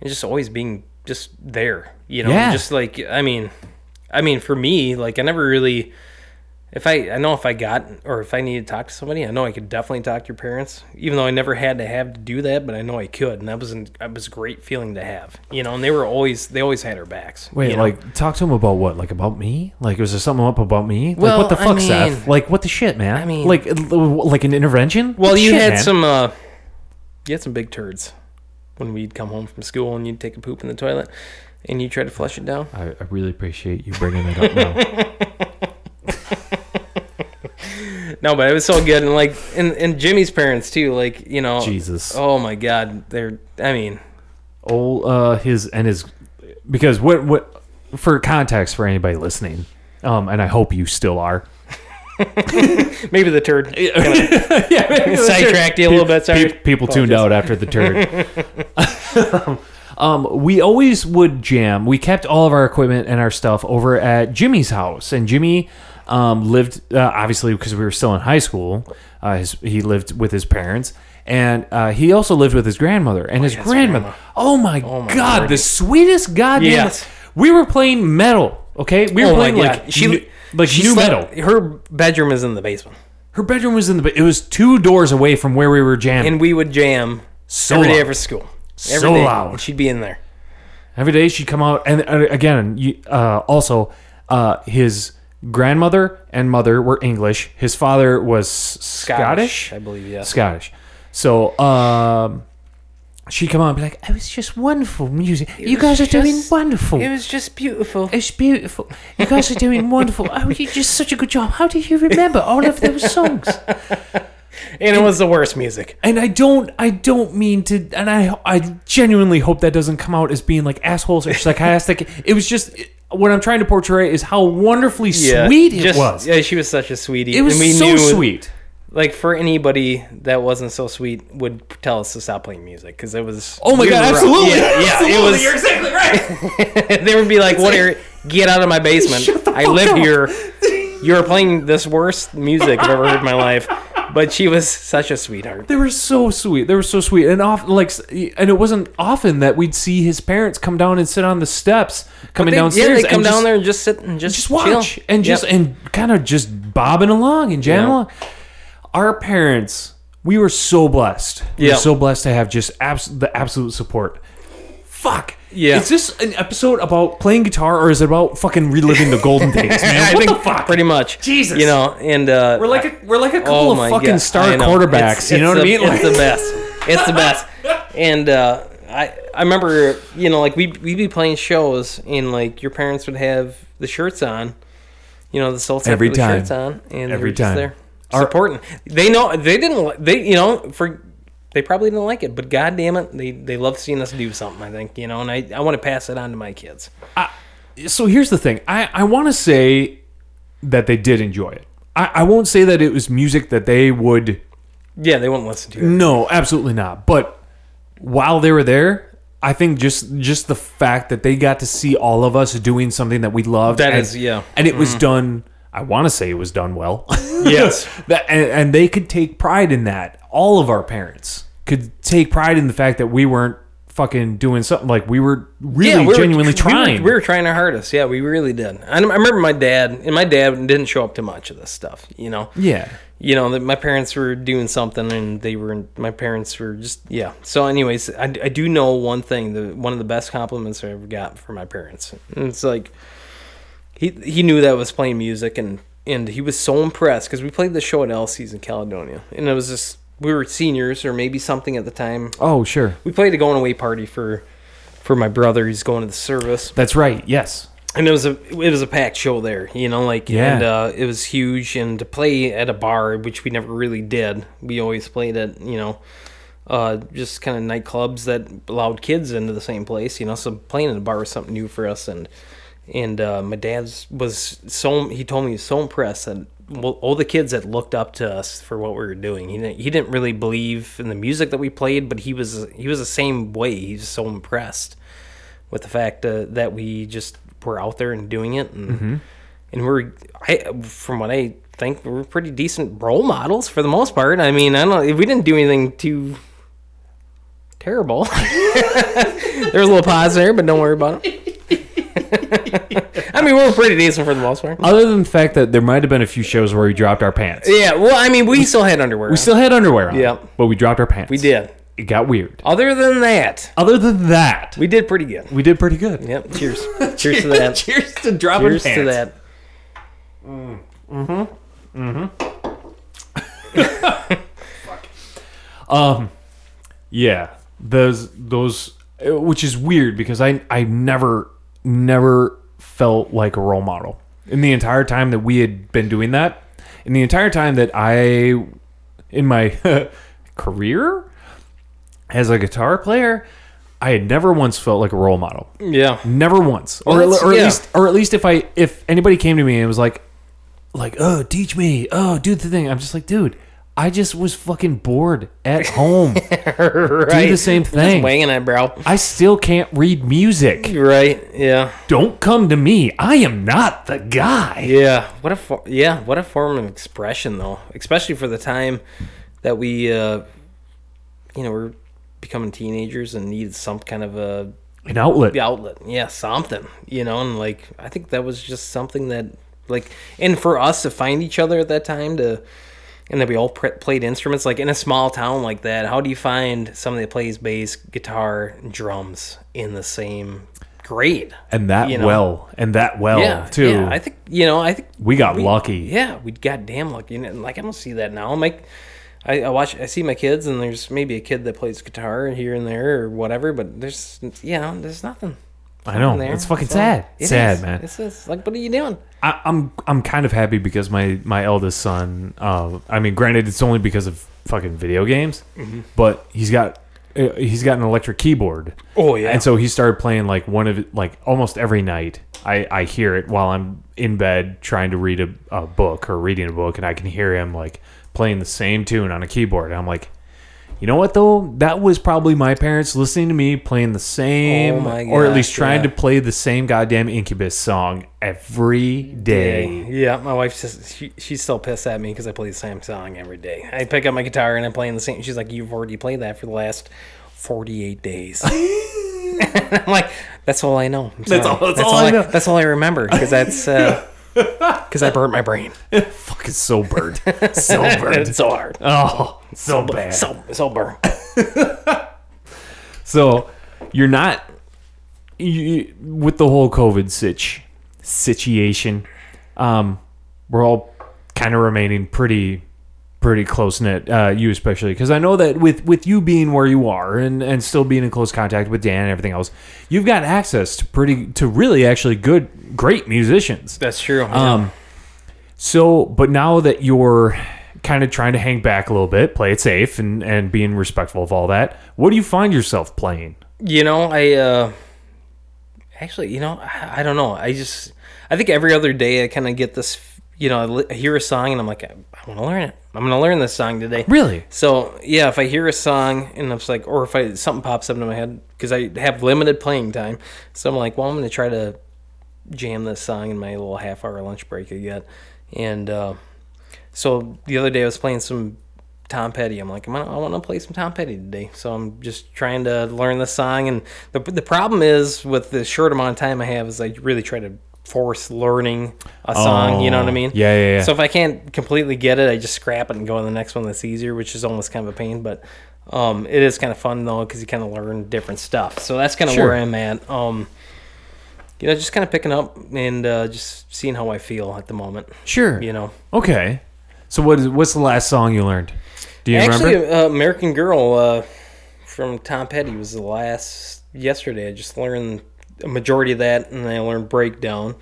S3: and just always being just there. You know,
S2: Yeah.
S3: just like I mean, I mean for me, like I never really. If I, I know if I got or if I needed to talk to somebody, I know I could definitely talk to your parents. Even though I never had to have to do that, but I know I could, and that was an, that was a great feeling to have, you know. And they were always they always had our backs.
S2: Wait,
S3: you know?
S2: like, talk to him about what? Like, about me? Like, was there something up about me?
S3: Well,
S2: like, what the
S3: I
S2: fuck, Seth?
S3: mean-
S2: Like, what the shit, man?
S3: I mean-
S2: like, l- like an intervention?
S3: well, you
S2: Shit,
S3: had
S2: man.
S3: some uh, you had some big turds when we'd come home from school and you'd take a poop in the toilet and you try to flush it down.
S2: I, I really appreciate you bringing it up now.
S3: No, but it was so good, and like, and, and Jimmy's parents too, like, you know,
S2: Jesus.
S3: oh my God, they're, I mean,
S2: old uh his and his because what what for context for anybody listening um and i hope you still are
S3: maybe the turd
S2: yeah
S3: sidetracked you a little bit. Sorry,
S2: Pe- people tuned out after the turd um we always would jam we kept all of our equipment and our stuff over at jimmy's house and jimmy um lived uh, obviously because we were still in high school uh his, he lived with his parents and uh, he also lived with his grandmother and his grandmother. Oh my, god, the sweetest goddamn!
S3: Yes.
S2: We were playing metal. Okay, we were
S3: Oh my
S2: playing
S3: God.
S2: like
S3: She-
S2: new, like
S3: She
S2: new metal.
S3: slept- Her bedroom is in the basement,
S2: Her bedroom was in the. ba- It was two doors away from where we were jamming.
S3: and we would jam
S2: So
S3: every day
S2: loud.
S3: after school. Every
S2: So
S3: day.
S2: loud.
S3: And She'd be in there.
S2: Every day she'd come out, and uh, again, you- uh, also uh, his grandmother and mother were English. His father was Scottish,
S3: I believe, yeah.
S2: Scottish. So um, she'd come on and be like, "It was just wonderful music. you guys are doing wonderful.
S3: It was just beautiful.
S2: It's beautiful. You guys are doing wonderful. Oh, you just such a good job. How do you remember all of those songs?
S3: And it was the worst music.
S2: And I don't, I don't mean to, and I, I genuinely hope that doesn't come out as being like assholes or psychiatric. it was just what I'm trying to portray is how wonderfully sweet it
S3: just-
S2: was.
S3: Yeah, she was such a sweetie.
S2: it was
S3: and we
S2: so
S3: knew,
S2: sweet.
S3: Like for anybody that wasn't so sweet would tell us to stop playing music because it was.
S2: Oh my
S3: we
S2: god,
S3: were-
S2: absolutely,
S3: Yeah, yeah,
S2: absolutely.
S3: it was.
S2: You're exactly right.
S3: they would be like, "What are? Get out of my basement!
S2: Shut the
S3: I
S2: fuck
S3: live
S2: up."
S3: here. You are playing this worst music I've ever heard in my life." But she was such a sweetheart.
S2: They were so sweet. They were so sweet, and off like, s- and it wasn't often that we'd see his parents come down and sit on the steps coming
S3: They-
S2: downstairs.
S3: yeah, they
S2: and
S3: come
S2: just-
S3: down there and just sit and just
S2: just watch
S3: chill.
S2: and just
S3: Yep.
S2: and kind of just bobbing along and jamming
S3: Yeah.
S2: along. Our parents, we were so blessed. We
S3: Yeah.
S2: were so blessed to have just abs- the absolute support. Fuck.
S3: Yeah.
S2: Is this an episode about playing guitar or is it about fucking reliving the golden days, man?
S3: I
S2: What
S3: think
S2: the fuck?
S3: pretty much.
S2: Jesus.
S3: you know, and uh,
S2: we're like a, we're like a couple of fucking
S3: God,
S2: star
S3: I know.
S2: quarterbacks.
S3: It's-
S2: you know what
S3: it's
S2: I
S3: the-
S2: mean? Like,
S3: It's the best. It's the best. And uh, I I remember you know like we we'd be playing shows and like your parents would have the shirts on, you know the Sultan
S2: Every
S3: the
S2: time.
S3: shirts on and
S2: Every
S3: every time
S2: time.
S3: there supporting. They know they didn't li- they you know for. They probably didn't like it, but god damn it, they, they love seeing us do something, I think, you know, and I, I want to pass it on to my kids.
S2: so here's the thing. I, I want to say that they did enjoy it. I, I won't say that it was music that they would
S3: Yeah, they won't listen to it.
S2: No, absolutely not. But while they were there, I think just just the fact that they got to see all of us doing something that we loved.
S3: That
S2: and,
S3: is- yeah. Mm.
S2: and it was done. I want to say it was done well.
S3: Yes.
S2: that and, and they could take pride in that. All of our parents could take pride in the fact that we weren't fucking doing something like we were really
S3: we were-
S2: genuinely
S3: we were-
S2: trying.
S3: We were, trying our hardest. Yeah, we really did. I, I remember my dad, and my dad didn't show up to much of this stuff. You know.
S2: yeah.
S3: You know that my parents were doing something, and they were my parents were just yeah. So, anyways, I, I do know one thing. The one of the best compliments I ever got from my parents. And it's like he he knew that I was playing music and and he was so impressed because we played the show at Elsie's in Caledonia, and it was just we were seniors or maybe something at the time.
S2: Oh sure.
S3: We played a going away party for for my brother. He's going to the service
S2: That's right. Yes.
S3: and it was a it was a packed show there, you know, like
S2: Yeah.
S3: and uh, it was huge. And to play at a bar, which we never really did, we always played at you know, uh, just kind of nightclubs that allowed kids into the same place, you know. So playing in a bar was something new for us, and and uh, my dad's was so he told me he was so impressed that well, all the kids that looked up to us for what we were doing. He didn't, he didn't really believe in the music that we played, but he was he was the same way. He was so impressed with the fact uh, that we just were out there and doing it, and
S2: Mm-hmm.
S3: and we're I from what I think we're pretty decent role models for the most part. I mean, I don't we didn't do anything too terrible. There's a little pause there, but don't worry about it. I mean, we we're pretty decent for the most part.
S2: Other than the fact that there might have been a few shows where we dropped our pants.
S3: Yeah, well, I mean, we still had underwear.
S2: We still had underwear on.
S3: Yeah.
S2: But we dropped our pants.
S3: we did.
S2: It got weird.
S3: Other than that,
S2: Other than that,
S3: we did pretty good.
S2: we did pretty good.
S3: Yep. Cheers. cheers to that.
S2: Cheers to dropping
S3: Cheers to that.
S2: Yeah, those those, uh, which is weird because I I never never felt like a role model in the entire time that we had been doing that. In the entire time that I, in my career as a guitar player, I had never once felt like a role model.
S3: Yeah.
S2: Never once, or,
S3: that's-
S2: or at
S3: yeah.
S2: least, or at least if I, if anybody came to me and was like, like, oh, teach me, oh, do the thing, I'm just like, dude, I just was fucking bored at home.
S3: right.
S2: Do the same
S3: Just
S2: thing.
S3: wanging that brow.
S2: I still can't read music.
S3: Right. Yeah.
S2: Don't come to me. I am not the guy.
S3: Yeah. What a for- yeah. What a form of expression, though, especially for the time that we, uh, you know, we're becoming teenagers and needed some kind of a
S2: An outlet.
S3: outlet. Yeah, something. You know, and like I think that was just something that like, and for us to find each other at that time to. And that we all pre- played instruments, like in a small town like that. How do you find somebody that plays bass, guitar, drums in the same grade?
S2: And that
S3: You know.
S2: well. And that well too.
S3: Yeah, I think you know. I think
S2: we got lucky.
S3: yeah, we got damn lucky. And like I don't see that now. I'm like, I, I watch, I see my kids, and there's maybe a kid that plays guitar here and there or whatever, but there's, you know, there's nothing.
S2: I know.
S3: in there.
S2: It's fucking
S3: So,
S2: sad.
S3: it
S2: sad,
S3: is.
S2: man.
S3: It's, it's like, what are you doing?
S2: I, I'm I'm kind of happy because my my eldest son. Uh, I mean, granted, it's only because of fucking video games,
S3: Mm-hmm.
S2: but he's got uh, he's got an electric keyboard.
S3: Oh, yeah.
S2: and so he started playing like one of it- like almost every night. I I hear it while I'm in bed trying to read a, a book or reading a book, and I can hear him like playing the same tune on a keyboard. And I'm like. You know what though? That was probably my parents listening to me playing the same,
S3: Oh my
S2: or at
S3: gosh,
S2: least trying to
S3: yeah.
S2: play the same goddamn Incubus song every day.
S3: Yeah, my wife says she, she's still pissed at me because I play the same song every day. I pick up my guitar and I'm playing the same. She's like, "You've already played that for the last 48 days." I'm like, "That's all I know. I'm
S2: That's
S3: sorry.
S2: all- that's all I know."
S3: That's all I remember because that's because I burnt my brain.
S2: Fuck, it's so burnt, so burnt.
S3: It's so hard,
S2: Oh, so bad.
S3: so so burnt.
S2: So you're not you, with the whole COVID sitch situation. Um, we're all kind of remaining pretty pretty close knit. Uh, you especially because I know that with with you being where you are and and still being in close contact with Dan and everything else, you've got access to pretty to really actually good great musicians.
S3: That's true.
S2: Um, so, but now that you're kind of trying to hang back a little bit, play it safe, and and being respectful of all that, what do you find yourself playing?
S3: You know, I uh, actually, you know, I, I don't know. I just, I think every other day I kind of get this, you know, I, li- I hear a song and I'm like, I, I want to learn it. I'm going to learn this song today.
S2: Really?
S3: So, yeah, if I hear a song and I'm just like, or if I, something pops up into my head, because I have limited playing time. So I'm like, well, I'm going to try to jam this song in my little half hour lunch break I get. And uh, so the other day I was playing some Tom Petty. I'm like, I'm gonna, I want to play some Tom Petty today. So I'm just trying to learn the song. And the, the problem is with the short amount of time I have is I really try to force learning a song. you know what I
S2: Oh,
S3: mean?
S2: yeah, yeah, yeah.
S3: So if I can't completely get it, I just scrap it and go on the next one that's easier, which is almost kind of a pain. But um, it is kind of fun though because you kind of learn different stuff. So that's kind of
S2: Sure.
S3: where I'm at. Um, you know, just kind of picking up and uh, just seeing how I feel at the moment.
S2: Sure.
S3: You know,
S2: Okay. So what is what's the last song you learned? Do you
S3: actually,
S2: remember?
S3: uh, American Girl uh, from Tom Petty was the last yesterday. I just learned a majority of that, and I learned Breakdown.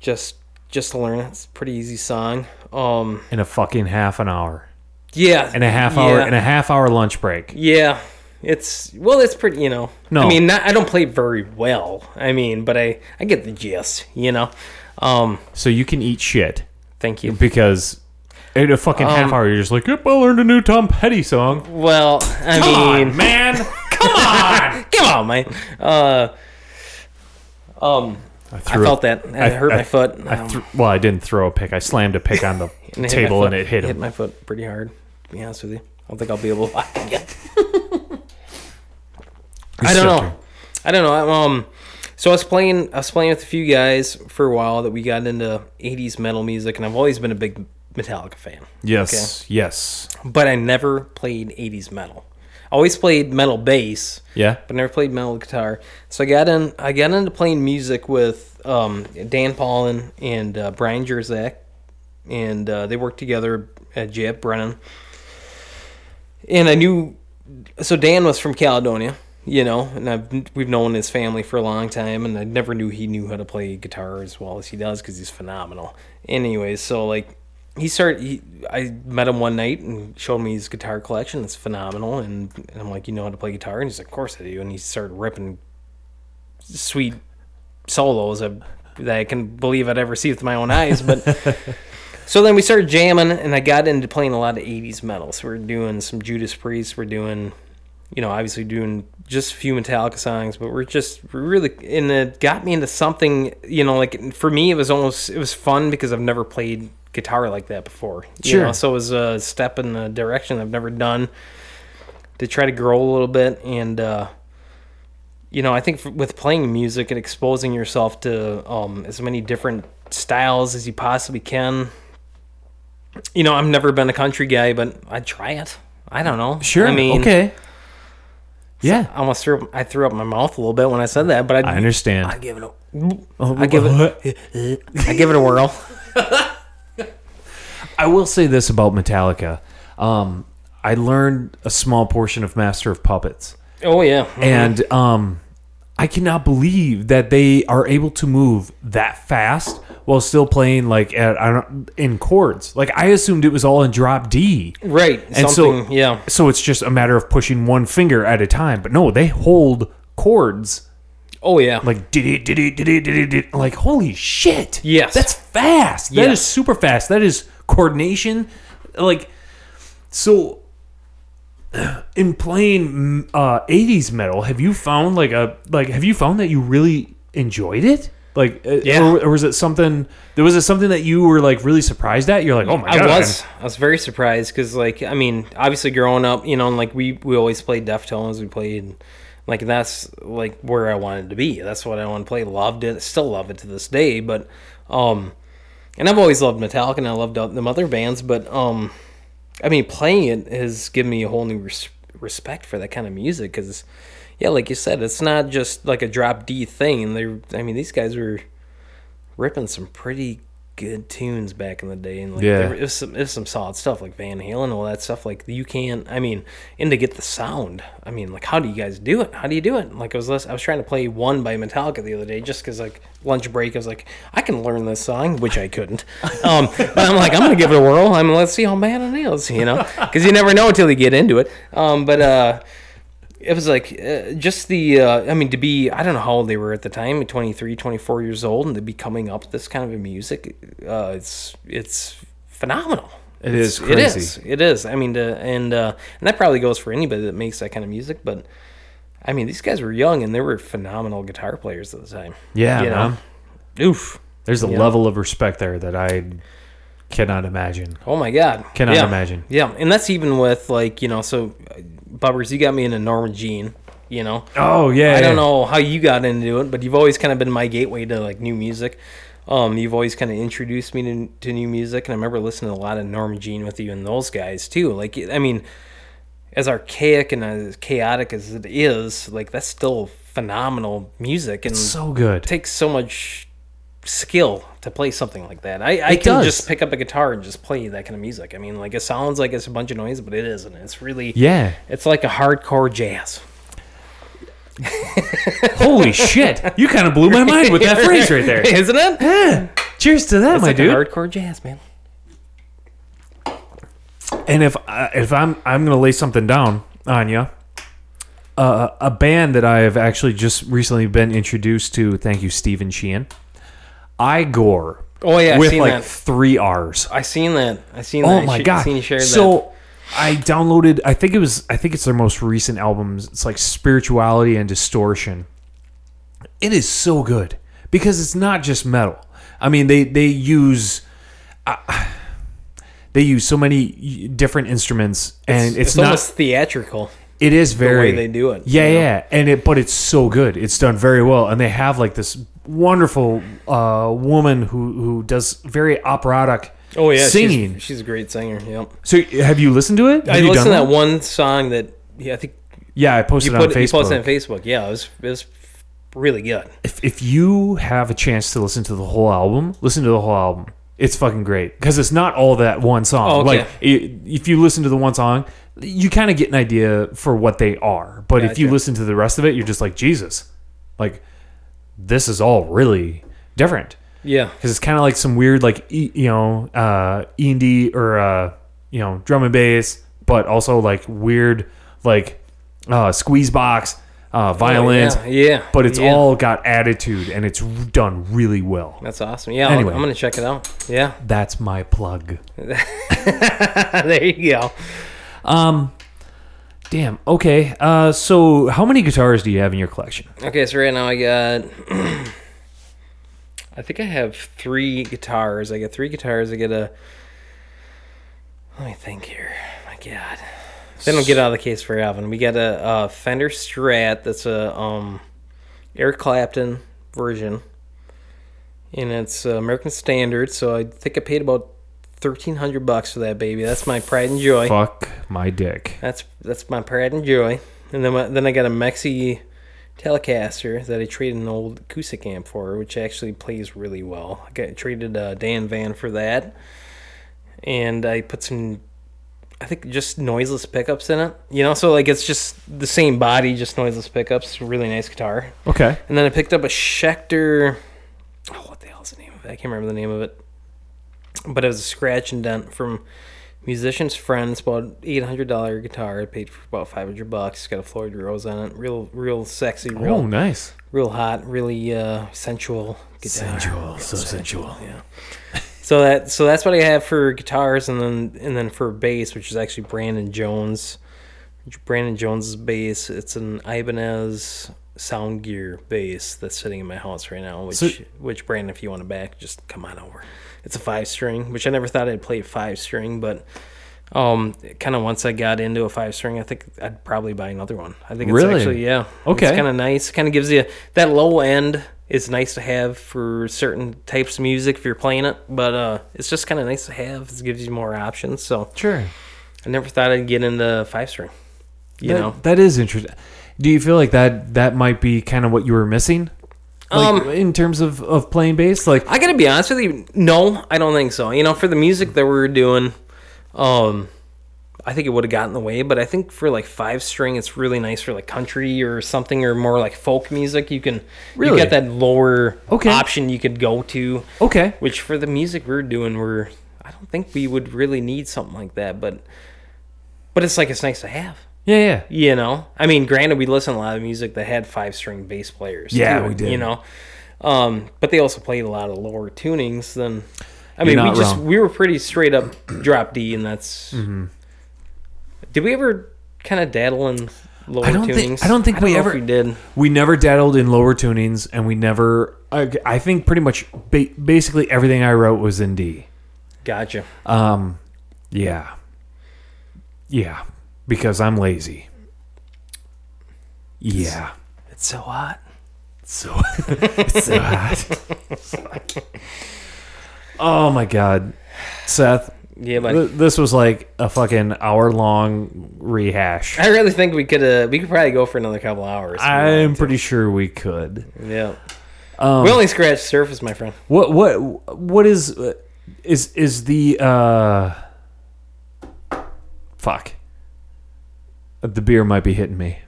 S3: Just, just to learn it. It's a pretty easy song. Um,
S2: In a fucking half an hour,
S3: yeah,
S2: and a half hour,
S3: yeah.
S2: and a half hour lunch break.
S3: Yeah, it's well, it's pretty. You know,
S2: No.
S3: I mean, not, I don't play very well. I mean, but I I get the gist. You know, um,
S2: So you can eat shit
S3: thank you.
S2: because in a fucking
S3: Um,
S2: half hour, you're just like, yep, I learned a new Tom Petty song.
S3: Well, I
S2: Come
S3: mean,
S2: on, man. Come on.
S3: come on, man. Uh, um, I
S2: threw
S3: felt
S2: a-
S3: that. I, hurt my foot.
S2: I
S3: Um,
S2: thr- well, I didn't throw a pick. I slammed a pick on the
S3: and it hit my
S2: table
S3: foot-
S2: and it hit him.
S3: my foot pretty hard. To be honest with you, I don't think I'll be able to walk again. I don't know. I don't know. I'm, Um, so I was playing. I was playing with a few guys for a while that we got into '80s metal music, and I've always been a big Metallica fan,
S2: Yes. Yes.
S3: but I never played '80s metal. I always played metal bass,
S2: Yeah.
S3: but never played metal guitar. So I got in. I got into playing music with um, Dan Paulin and uh, Brian Jerzak, and uh, they worked together at JF Brennan. And I knew, so Dan was from Caledonia, you know, and I've we've known his family for a long time, and I never knew he knew how to play guitar as well as he does because he's phenomenal. Anyways, so like. He started. He, I met him one night and showed me his guitar collection. It's phenomenal, and, and I'm like, "You know how to play guitar?" And he's like, "Of course I do." And he started ripping sweet solos of, that I can believe I'd ever see with my own eyes. But so then we started jamming, and I got into playing a lot of '80s metal. So we're doing some Judas Priest. We're doing, you know, obviously doing just a few Metallica songs, but we're just we're really and it got me into something. You know, like for me, it was almost it was fun because I've never played guitar like that before. You
S2: Sure.
S3: know, so it was a step in a direction I've never done to try to grow a little bit and. uh you know, I think f- with playing music and exposing yourself to um, as many different styles as you possibly can, you know, I've never been a country guy, but I'd try it. I don't know.
S2: Sure.
S3: I mean,
S2: okay. Yeah.
S3: I almost threw up, I threw up my mouth a little bit when I said that, but I,
S2: I understand. Oh,
S3: I give it a, I give it, I give it a whirl.
S2: I will say this about Metallica. um, I learned a small portion of Master of Puppets,
S3: Oh yeah.
S2: and um, I cannot believe that they are able to move that fast while still playing like at, I don't, in chords. Like I assumed it was all in drop D,
S3: Right.
S2: and
S3: something,
S2: so
S3: yeah.
S2: so it's just a matter of pushing one finger at a time. But no, they hold chords
S3: Oh yeah.
S2: like did it did it did it did it did like holy shit.
S3: Yes.
S2: that's fast. That
S3: Yeah.
S2: is super fast. That is coordination. Like so. In playing uh, '80s metal, have you found like a like have you found that you really enjoyed it? Like, uh,
S3: Yeah.
S2: or, or was it something? There was it something that you were like really surprised at? You're like, oh my god,
S3: I was. I was very surprised because, like, I mean, obviously growing up, you know, and, like we we always played Deftones. We played, like, that's like where I wanted to be. That's what I want to play. Loved it. Still love it to this day. But, um, and I've always loved Metallica and I loved the other bands. But, um, I mean, playing it has given me a whole new res- respect for that kind of music because, yeah, like you said, it's not just like a drop D thing. They, I mean, these guys were ripping some pretty good tunes back in the day, and like
S2: Yeah.
S3: there was some, it was some solid stuff like Van Halen, all that stuff. Like you can't, I mean, and to get the sound, I mean, like how do you guys do it? How do you do it? Like I was, lis- I was trying to play one by Metallica the other day just because like lunch break, I was like, I can learn this song, which I couldn't. Um, but I'm like, I'm gonna give it a whirl. I'm let's see how bad it is, you know, because you never know until you get into it. Um, but uh it was like uh, just the uh, i mean to be i don't know how old they were at the time 23 24 years old and to be coming up with this kind of music uh, it's it's phenomenal
S2: It
S3: It's-
S2: is
S3: it
S2: crazy.
S3: is it is i mean to, and uh, and that probably goes for anybody that makes that kind of music but i mean these guys were young and they were phenomenal guitar players at the time
S2: Yeah,
S3: you know
S2: man.
S3: oof
S2: There's a
S3: Yeah.
S2: level of respect there that I cannot imagine.
S3: Oh my god!
S2: Cannot
S3: Yeah.
S2: imagine.
S3: Yeah, and that's even with like you know, so uh, Bubbers, you got me into Norma Jean. You know,
S2: Oh yeah,
S3: I don't know how you got into it, but you've always kind of been my gateway to like new music. Um, you've always kind of introduced me to, to new music, and I remember listening to a lot of Norma Jean with you and those guys too. Like, I mean, as archaic and as chaotic as it is, like that's still phenomenal music, and
S2: So good.
S3: takes so much skill to play something like that. I, I can
S2: does.
S3: just pick up a guitar and just play that kind of music. I mean, like it sounds like it's a bunch of noise, but it isn't. It's really
S2: yeah.
S3: It's like a hardcore jazz.
S2: Holy shit! You kind of blew my mind with that phrase right there.
S3: isn't it? It's
S2: Yeah. Cheers to that, my
S3: like
S2: dude.
S3: a hardcore jazz, man.
S2: and if I, if I'm I'm gonna lay something down on you, uh, a band that I have actually just recently been introduced to. Thank you, Stephen Sheehan. Igor.
S3: Oh, yeah, I've
S2: with
S3: seen
S2: like
S3: that.
S2: three R's.
S3: I seen that. I seen that.
S2: Oh
S3: I
S2: my
S3: sh-
S2: god!
S3: Seen you share that.
S2: so I downloaded. I think it was. I think it's their most recent albums. It's like spirituality and distortion. It is so good because it's not just metal. I mean, they they use. Uh, they use so many different instruments, and it's,
S3: It's,
S2: not.
S3: almost theatrical.
S2: It is very
S3: they do it,
S2: Yeah,
S3: you know?
S2: yeah, and it but it's so good. It's done very well, and they have like this wonderful uh, woman who who does very operatic.
S3: Oh yeah, she's-
S2: singing.
S3: She's, a great singer. Yep.
S2: So have you listened to it? Have
S3: I
S2: you
S3: listened to
S2: done
S3: that one song that yeah, I think
S2: Yeah, I posted
S3: you
S2: it on
S3: put you
S2: Facebook.
S3: posted on Facebook. Yeah, it was it was really good.
S2: if, if you have a chance to listen to the whole album, listen to the whole album. It's fucking great because it's not all that one song.
S3: Oh, okay.
S2: Like i if you listen to the one song, you kind of get an idea for what they are. But if you
S3: Gotcha.
S2: listen to the rest of it, you're just like Jesus. Like this is all really different
S3: Yeah.
S2: because it's kind of like some weird like e, you know uh indie or uh you know drum and bass but also like weird like uh squeeze box uh violins
S3: Oh, yeah, yeah,
S2: but it's
S3: yeah.
S2: all got attitude and it's done really well
S3: That's awesome. Yeah, I'll-
S2: Anyway.
S3: I'm gonna check it out. Yeah,
S2: that's my plug
S3: there you go.
S2: damn okay uh so how many guitars do you have in your collection
S3: Okay, so right now I got. I think I have three guitars. I got three guitars. I get a. Let me think here. My God, they don't get out of the case very often. We got a, a Fender Strat. That's a um, Eric Clapton version, and it's uh, American Standard. So I think I paid about thirteen hundred bucks for that baby. That's my pride and joy.
S2: fuck my dick
S3: That's that's my pride and joy. And then my, then I got a Mexi Telecaster that I traded an old acoustic amp for, which actually plays really well. I got traded uh, Dan Van for that, and I put some I think just noiseless pickups in it. You know, so like it's just the same body, just noiseless pickups. Really nice guitar.
S2: Okay.
S3: And then I picked up a Schecter. Oh, what the hell's the name of it? I can't remember the name of it. But it was a scratch and dent from musician's friend. It's about eight hundred dollar guitar. I paid for about five hundred bucks. It's got a Floyd Rose on it. Real, real sexy. Real,
S2: Oh, nice.
S3: real hot. Really uh, sensual guitar.
S2: so sensual. Yeah.
S3: So that so that's what I have for guitars, and then and then for bass, which is actually Brandon Jones. Brandon Jones's bass. It's an Ibanez Sound Gear bass that's sitting in my house right now. Which
S2: So-
S3: which Brandon, if you want to back, just come on over. It's a five string, which I never thought I'd play five string, but um, kind of once I got into a five string, I think I'd probably buy another one. I think it's
S2: Really?
S3: actually yeah,
S2: Okay.
S3: It's kind of nice. Kind of gives you that low end is nice to have for certain types of music if you're playing it, but uh, it's just kind of nice to have. It gives you more options. So
S2: Sure.
S3: I never thought I'd get into five string. You
S2: That-
S3: know,
S2: that is interesting. Do you feel like that that might be kind of what you were missing? Like,
S3: Um,
S2: in terms of, of playing bass, like
S3: I gotta be honest with you. No, I don't think so. You know, for the music that we were doing, um, I think it would have gotten in the way. But I think for like five string, it's really nice for like country or something or more like folk music. You can
S2: Really?
S3: you get that lower
S2: Okay.
S3: option you could go to.
S2: okay,
S3: Which for the music we're doing, we're I don't think we would really need something like that. But but it's like it's nice to have.
S2: yeah, yeah.
S3: You know, I mean, granted, we listened to a lot of music that had five string bass players.
S2: Yeah,
S3: too,
S2: we did.
S3: You know, um, but they also played a lot of lower tunings than. I
S2: You're
S3: mean, we
S2: not
S3: just
S2: wrong. Mm-hmm.
S3: we were pretty straight up drop D, and that's. Did we ever kind of daddle in lower
S2: I don't
S3: tunings?
S2: think- I don't think we
S3: know if
S2: ever-
S3: we did.
S2: We never dabbled in lower tunings, and we never. I, I think pretty much ba- basically everything I wrote was in D.
S3: Gotcha.
S2: Um, yeah, yeah, because I'm lazy. Yeah,
S3: It's so hot.
S2: so it's so hot. oh my god, Seth,
S3: Yeah, but
S2: th- this was like a fucking hour long rehash.
S3: I really think we could. Uh, we could probably go for another couple hours.
S2: I'm pretty sure we could.
S3: Yeah. we only scratched the surface, my friend.
S2: What what what is uh, is is the uh fuck. The beer might be hitting me.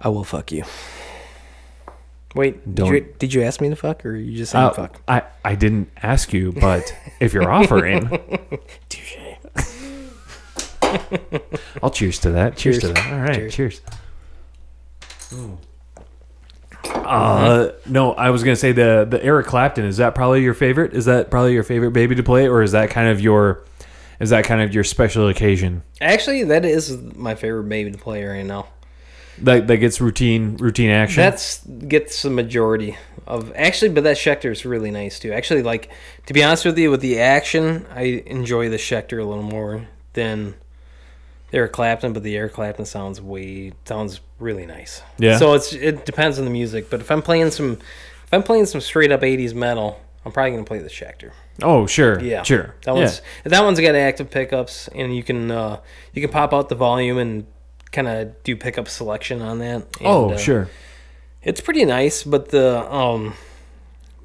S3: I will fuck you. Wait,
S2: Don't-
S3: Did, you, did you ask me to fuck, or you just saying
S2: Uh,
S3: fuck?
S2: I I didn't ask you, but if you're offering, I'll cheers to that. Cheers, to
S3: Cheers.
S2: that. All right, cheers. Uh, no, I was gonna say the the Eric Clapton is that probably your favorite? Is that probably your favorite baby to play, or is that kind of your is that kind of your special occasion
S3: Actually, that is my favorite baby to play right now.
S2: that that gets routine routine action?
S3: That's gets the majority of actually, but that Schecter is really nice too. Actually, like to be honest with you, with the action, I enjoy the Schecter a little more than the Eric Clapton, but the Eric Clapton sounds way sounds really nice.
S2: Yeah.
S3: So it's it depends on the music, but if I'm playing some if I'm playing some straight up '80s metal, I'm probably gonna play the Schecter.
S2: oh sure,
S3: Yeah,
S2: sure.
S3: That
S2: yeah.
S3: one's that one's got active pickups, and you can uh, you can pop out the volume and kind of do pickup selection on that. And,
S2: oh
S3: uh,
S2: sure.
S3: it's pretty nice. But the um,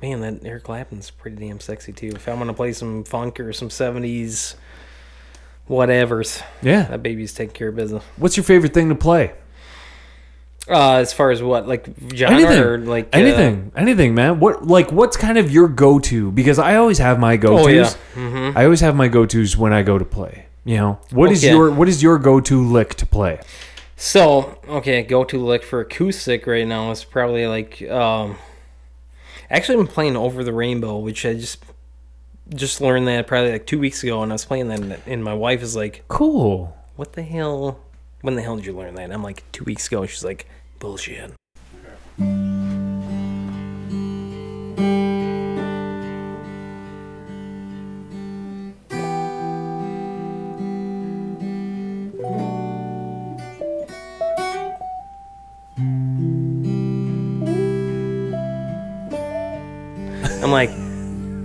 S3: man, that Eric Clapton's pretty damn sexy too. If I'm gonna play some funk or some '70s, whatever's
S2: Yeah.
S3: that baby's taking care of business.
S2: What's your favorite thing to play?
S3: Uh, as far as what like genre
S2: anything
S3: or like uh,
S2: anything anything man what like what's kind of your go-to because i always have
S3: Oh,
S2: my go-to's i always have my go-to's when i go to play you know what is
S3: Mm-hmm. Okay.
S2: your what is your go-to lick to play
S3: So okay, go to lick for acoustic right now is probably like um actually I'm playing Over the Rainbow, which I just just learned that probably like two weeks ago, and I was playing that, and my wife is like,
S2: cool
S3: "What the hell? When the hell did you learn that?" And I'm like, two weeks ago." She's like, "Bullshit." I'm like,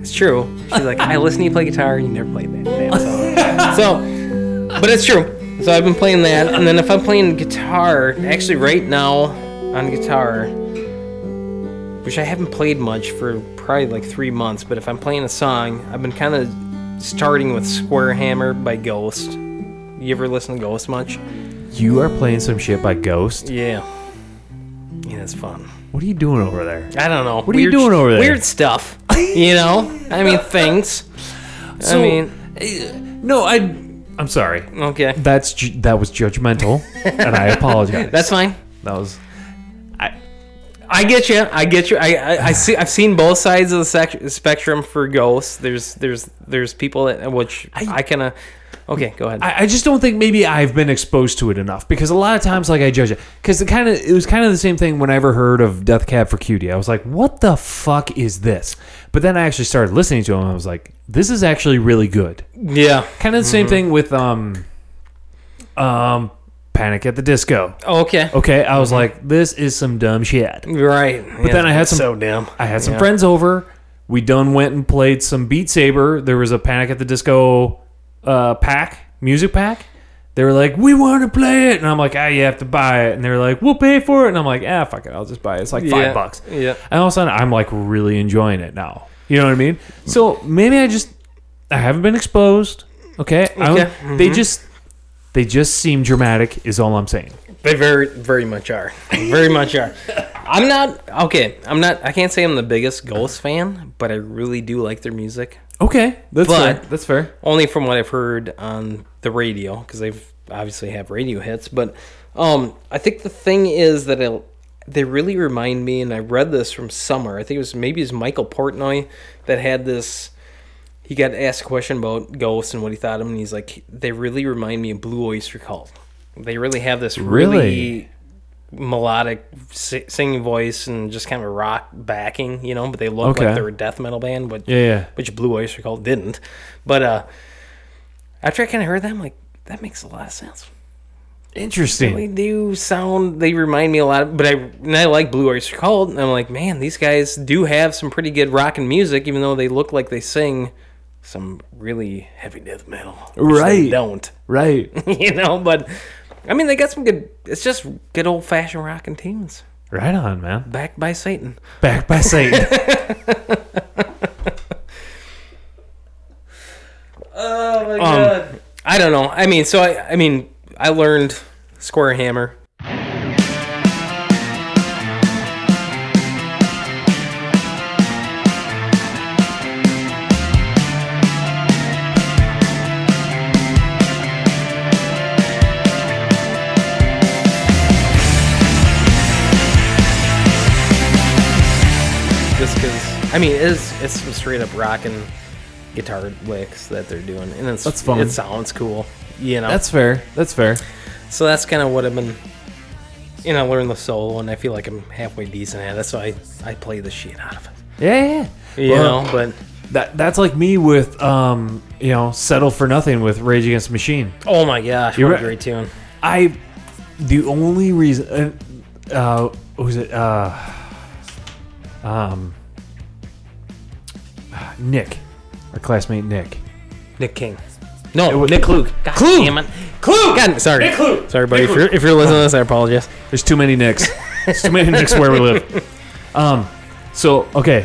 S3: "It's true." She's like, "I listen to you play guitar, and you never played that damn song." So, but it's true. So I've been playing that, and then if I'm playing guitar, actually right now on guitar, which I haven't played much for probably like three months, but if I'm playing a song, I've been kind of starting with Square Hammer by Ghost. You ever listen to Ghost much?
S2: You are playing some shit by Ghost.
S3: Yeah. Yeah, it's fun.
S2: What are you doing over there?
S3: I don't know. What
S2: are you doing over there?
S3: Weird stuff. You know? I mean, things. I mean,
S2: no, I. I'm sorry.
S3: okay.
S2: That's ju- that was judgmental, and I apologize.
S3: That's fine.
S2: that was
S3: I get you. I get you. I, I, I see. I've seen both sides of the sec- spectrum for ghosts. There's there's there's people that which I, kind of. Okay, go ahead.
S2: I, I just don't think maybe I've been exposed to it enough because a lot of times like I judge it because it kind of it was kind of the same thing when I ever heard of Death Cab for Cutie. I was like, what the fuck is this? But then I actually started listening to him. and I was like, this is actually really good.
S3: yeah.
S2: Kind of the same thing with um, um, Panic at the Disco.
S3: Okay.
S2: Okay, I was like, this is some dumb shit.
S3: Right. But
S2: then I had some-
S3: so damn.
S2: I had some friends over. We done went and played some Beat Saber. There was a Panic at the Disco uh, pack, music pack. They were like, "We want to play it," and I'm like, "Ah, you have to buy it." And they're like, "We'll pay for it," and I'm like, "Ah, fuck it, I'll just buy it. It's like
S3: Yeah,
S2: five bucks."
S3: yeah.
S2: And all of a sudden, I'm like really enjoying it now. You know what I mean? So maybe I just I haven't been exposed. Okay, I don't-
S3: Okay, Mm-hmm.
S2: they just they just seem dramatic. Is all I'm saying.
S3: They very very much are. Very much are. I'm not okay. I'm not. I can't say I'm the biggest ghost fan, but I really do like their music.
S2: Okay, that's
S3: But-
S2: fair. That's fair.
S3: only from what I've heard on the radio because they've obviously have radio hits. But um, I think the thing is that it, they really remind me, and I read this from somewhere. I think it was maybe it was Michael Portnoy that had this. He got asked a question about ghosts and what he thought of, 'em, and he's like, "They really remind me of Blue Oyster Cult. They really have this
S2: Really?
S3: really melodic si- singing voice and just kind of a rock backing, you know. But they look
S2: Okay.
S3: like they're a death metal band, but
S2: Yeah, yeah.
S3: which Blue Oyster Cult didn't. But uh, after I kind of heard that, I'm like, that makes a lot of sense.
S2: Interesting.
S3: They do sound, they remind me a lot, of, but I and I like Blue Oyster Cult, and I'm like, man, these guys do have some pretty good rock and music, even though they look like they sing some really heavy death metal. which they
S2: Right.
S3: don't
S2: Right.
S3: you know? But I mean, they got some good. It's just good old fashioned rock and tunes,
S2: right on, man.
S3: backed by Satan.
S2: Back by Satan.
S1: Oh my
S3: Um,
S1: god.
S3: I don't know. I mean, so I, I mean, I learned Square Hammer. Just because, I mean, it is it's some straight up rockin' guitar licks that they're doing, and it's
S2: That's fun.
S3: It sounds cool, you know.
S2: that's fair. That's fair.
S3: So that's kind of what I've been. You know, I learned the solo, and I feel like I'm halfway decent at it. That's why I, I play the shit out of it.
S2: Yeah, yeah.
S3: You
S2: Well,
S3: know, but
S2: that that's like me with um, you know, settle for nothing with Rage Against the Machine.
S3: oh my gosh,
S2: You're
S3: what a
S2: right.
S3: great tune!
S2: I, the only reason, uh, uh what was it uh, um, Nick, our classmate Nick.
S3: Nick King. No, Nick Klug. God damn it. Klug. God, sorry. Nick Klug. Sorry, buddy. If you're, if you're listening to this, I apologize.
S2: There's too many Nicks. There's too many Nicks where we live. Um, so okay,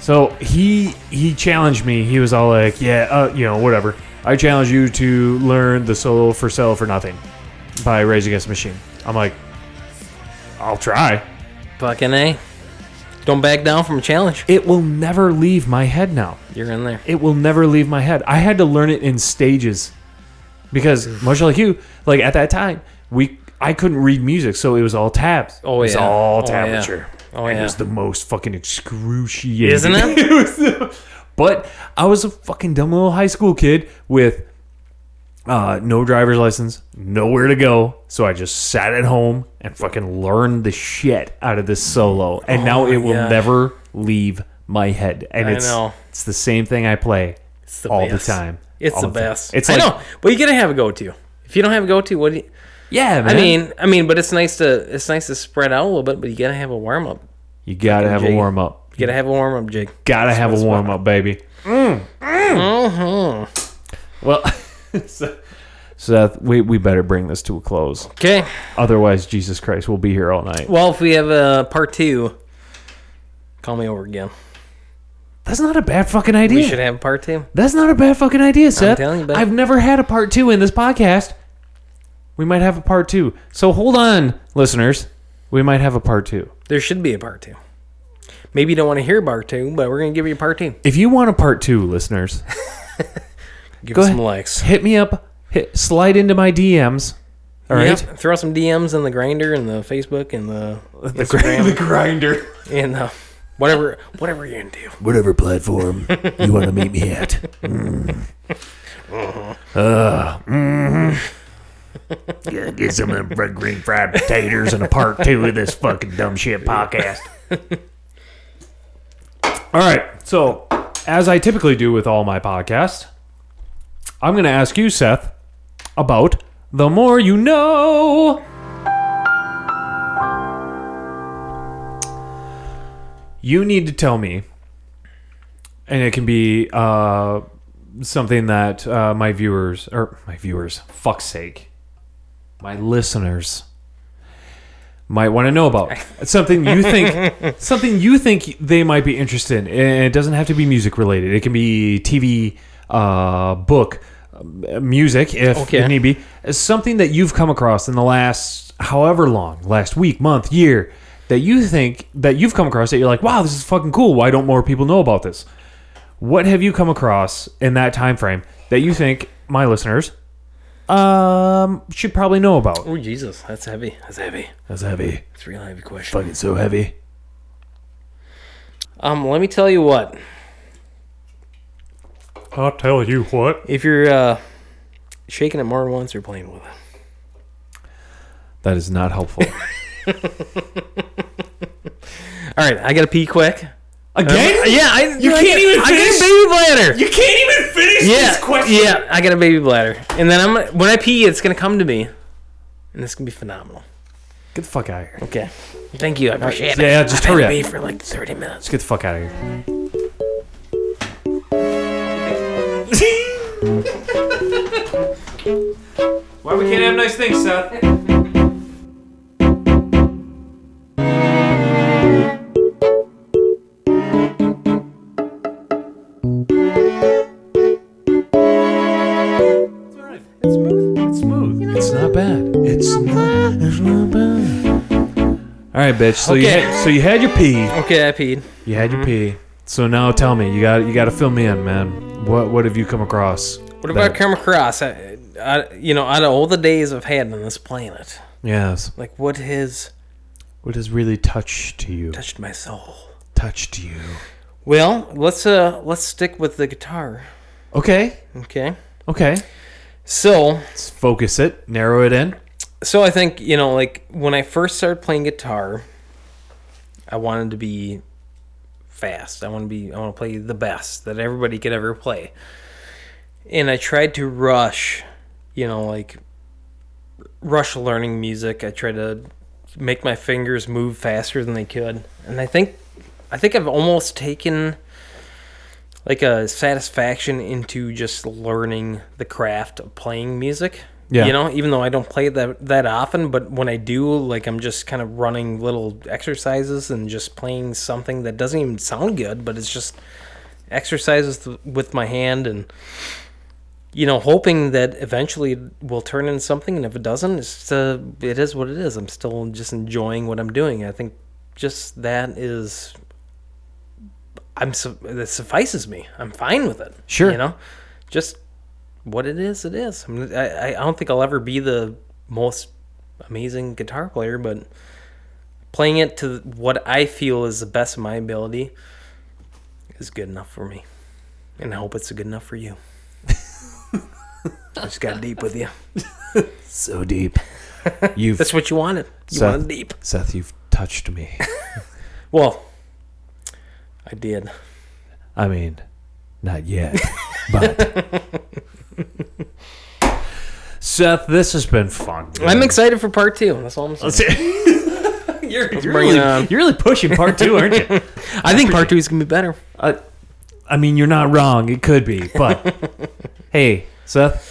S2: so he he challenged me. He was all like, "Yeah, uh, you know, whatever." I challenge you to learn the solo for "Sell for Nothing" by Rage Against the Machine. I'm like, I'll try.
S3: Fucking a. Don't back down from a challenge.
S2: It will never leave my head now.
S3: You're in there.
S2: It will never leave my head. I had to learn it in stages because,
S3: Mm.
S2: much like you, like at that time, we I couldn't read music, so it was all tabs.
S3: Oh,
S2: it was
S3: yeah.
S2: all
S3: Oh, yeah.
S2: tablature.
S3: Oh,
S2: It
S3: yeah.
S2: was the most fucking excruciating.
S3: Isn't it?
S2: It was the- but I was a fucking dumb little high school kid with uh, no driver's license, nowhere to go. So I just sat at home and fucking learned the shit out of this solo. And
S3: Oh
S2: now it will
S3: gosh.
S2: never leave my head. And
S3: I
S2: it's
S3: know.
S2: it's the same thing I play
S3: the
S2: all
S3: best.
S2: the time.
S3: It's
S2: All
S3: the
S2: time.
S3: best.
S2: It's
S3: I
S2: like,
S3: know, but you gotta have a go-to. If you don't have a go-to, what do you?
S2: yeah, man.
S3: I mean, I mean, but it's nice to it's nice to spread out a little bit, but you gotta have a warm up.
S2: you gotta have a
S3: Jiggy.
S2: warm up.
S3: You gotta have a warm up, Jake.
S2: Gotta have a warm up, baby.
S3: Mm.
S2: Mm-hmm. Well, so- Seth, we, we better bring this to a close.
S3: Okay.
S2: Otherwise, Jesus Christ, we'll be here all night.
S3: Well, if we have a part two, call me over again.
S2: That's not a bad fucking idea.
S3: We should have part two.
S2: That's not a bad fucking idea, Seth.
S3: telling you, buddy.
S2: I've never had a part two in this podcast. We might have a part two. So hold on, listeners. We might have a part two.
S3: There should be a part two. Maybe you don't want to hear part two, but we're gonna give you a part two.
S2: If you want a part two, listeners,
S3: Give
S2: Go
S3: us
S2: ahead.
S3: some likes.
S2: hit me up. Hit, slide into my DMs. All right.
S3: Yep, Throw some DMs in the grinder and the Facebook and the
S2: The,
S3: Instagram
S2: grinder.
S3: and the whatever whatever you're gonna do.
S2: Whatever platform you want to meet me at.
S5: Mm. Uh, mm-hmm. Yeah, get some of them red green fried potatoes and a part two of this fucking dumb shit podcast.
S2: All right. So, as I typically do with all my podcasts, I'm going to ask you, Seth, about the more you know. You need to tell me, and it can be uh, something that uh, my viewers, or my viewers, fuck's sake, my listeners might want to know about. It's something you think something you think they might be interested in. And it doesn't have to be music related. It can be TV, uh, book, um, music if
S3: Okay.
S2: need be. It's something that you've come across in the last however long, last week, month, year that you think that you've come across that you're like, "Wow, this is fucking cool. Why don't more people know about this?" What have you come across in that time frame that you think my listeners um should probably know about?
S3: Oh Jesus, that's heavy. That's heavy.
S2: That's heavy.
S3: That's a real heavy question.
S2: Fucking so heavy.
S3: Um, let me tell you what.
S2: I'll tell you what.
S3: If you're uh, shaking it more than once, you're playing with it.
S2: That is not helpful.
S3: All right, I gotta pee quick. Um,
S2: Again?
S3: Yeah, I
S2: You
S3: I
S2: can't
S3: got-
S2: even
S3: I got
S2: finish-
S3: a baby bladder.
S2: You can't even finish
S3: yeah, yeah, I got a baby bladder, and then I'm when I pee, it's gonna come to me, and it's gonna be phenomenal.
S2: Get the fuck out of here.
S3: Okay, thank you. I appreciate
S2: Yeah,
S3: it.
S2: yeah, just
S3: I've
S2: hurry
S3: been
S2: up.
S3: away
S2: Just
S3: for like 30 minutes.
S2: get the fuck out of here. Why we can't have nice things, Seth? It's smooth. It's not bad. It's not, it's not bad. All right, bitch. So you
S3: Okay.
S2: had, so you had your pee.
S3: Okay, I peed.
S2: You had your pee. So now tell me, you got you got to fill me in, man. What what have you come across?
S3: What have I
S2: that-
S3: come across? I, I, you know, out of all the days I've had on this planet,
S2: Yes.
S3: like what has
S2: What has really touched you?
S3: touched my soul?
S2: Touched you.
S3: Well, let's uh, let's stick with the guitar.
S2: Okay.
S3: Okay,
S2: Okay.
S3: so
S2: Let's focus it. Narrow it in.
S3: so I think you know, like when I first started playing guitar, I wanted to be fast. I want to be. I want to play the best that everybody could ever play. And I tried to rush, you know, like rush learning music. I tried to make my fingers move faster than they could, and I think, I think I've almost taken like a satisfaction into just learning the craft of playing music.
S2: Yeah.
S3: You know, even though I don't play that that often, but when I do, like I'm just kind of running little exercises and just playing something that doesn't even sound good, but it's just exercises th- with my hand and you know hoping that eventually it will turn into something and if it doesn't it's uh, it is what it is i'm still just enjoying what i'm doing i think just that is i'm su- that suffices me i'm fine with it
S2: Sure.
S3: you know just what it is it is I, mean, I, I- I don't think i'll ever be the most amazing guitar player but playing it to what i feel is the best of my ability is good enough for me and i hope it's good enough for you I just got deep with you.
S2: So deep. You've
S3: That's what you wanted. You
S2: Seth.
S3: wanted deep.
S2: Seth, you've touched me.
S3: Well, I did.
S2: I mean, not yet, but. Seth, this has been fun.
S3: I'm
S2: man.
S3: excited for part two. That's all I'm saying.
S2: You're, you're
S3: bring um, it
S2: really,
S3: on.
S2: you're really pushing part two, aren't you?
S3: I think part two is gonna be better.
S2: I, I mean, you're not wrong. It could be, but hey, Seth,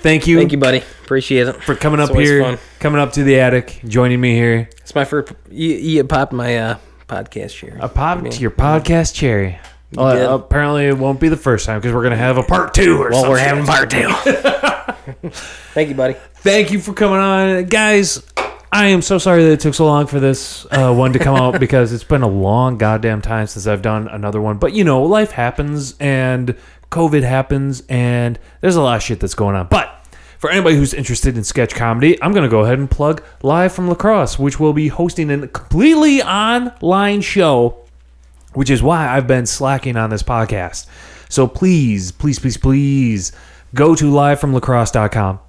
S2: thank you,
S3: Thank you, buddy. Appreciate it.
S2: for coming up
S3: always
S2: here,
S3: fun.
S2: coming up to the attic, joining me here.
S3: It's my first. You, you popped my uh, podcast here.
S2: I popped your podcast cherry. Uh,
S3: did.
S2: apparently, it won't be the first time because we're gonna have a part two. Or
S3: Well,
S2: some
S3: we're
S2: shit.
S3: having part two. Thank you, buddy.
S2: Thank you for coming on, guys. I am so sorry that it took so long for this uh, one to come out because it's been a long goddamn time since I've done another one. But you know, life happens and COVID happens, and there's a lot of shit that's going on. But for anybody who's interested in sketch comedy, I'm going to go ahead and plug Live from Lacrosse, which will be hosting a completely online show which is why I've been slacking on this podcast. So please, please, please, please go to livefromlacrosse.com.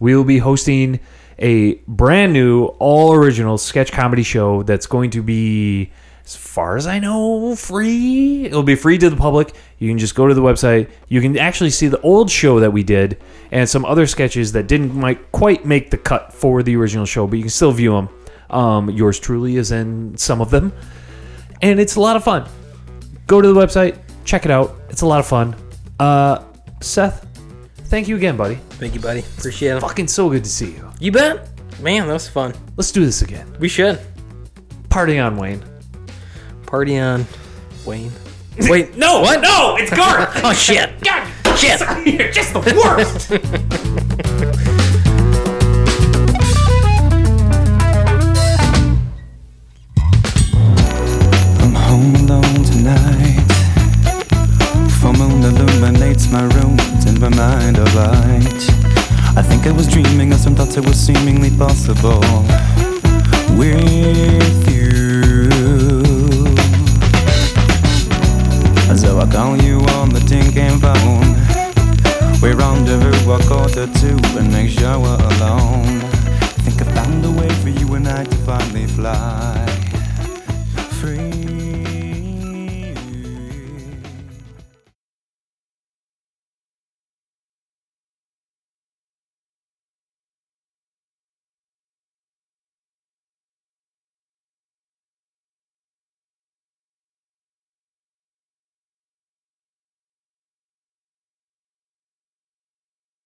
S2: We will be hosting a brand new, all original sketch comedy show that's going to be, as far as I know, free. It'll be free to the public. You can just go to the website. You can actually see the old show that we did and some other sketches that didn't might quite make the cut for the original show, but you can still view them. Um, yours truly is in some of them and it's a lot of fun. Go to the website, check it out. It's a lot of fun. Uh, Seth, thank you again, buddy.
S3: Thank you, buddy. Appreciate it.
S2: Fucking so good to see you.
S3: You bet. Man, that was fun.
S2: Let's do this again.
S3: We should.
S2: Party on, Wayne.
S3: Party on, Wayne. Wait,
S2: No, what? No, it's Garth.
S3: oh shit.
S2: God,
S3: Shit.
S2: you're just the worst.
S6: I'm home alone tonight. Full moon illuminates my room and my mind of light. I think I was dreaming of some thoughts that were seemingly possible with you. So I call you on the tin can phone. We rendezvous a quarter to and make sure we're alone. I think I found a way for you and I to finally fly free.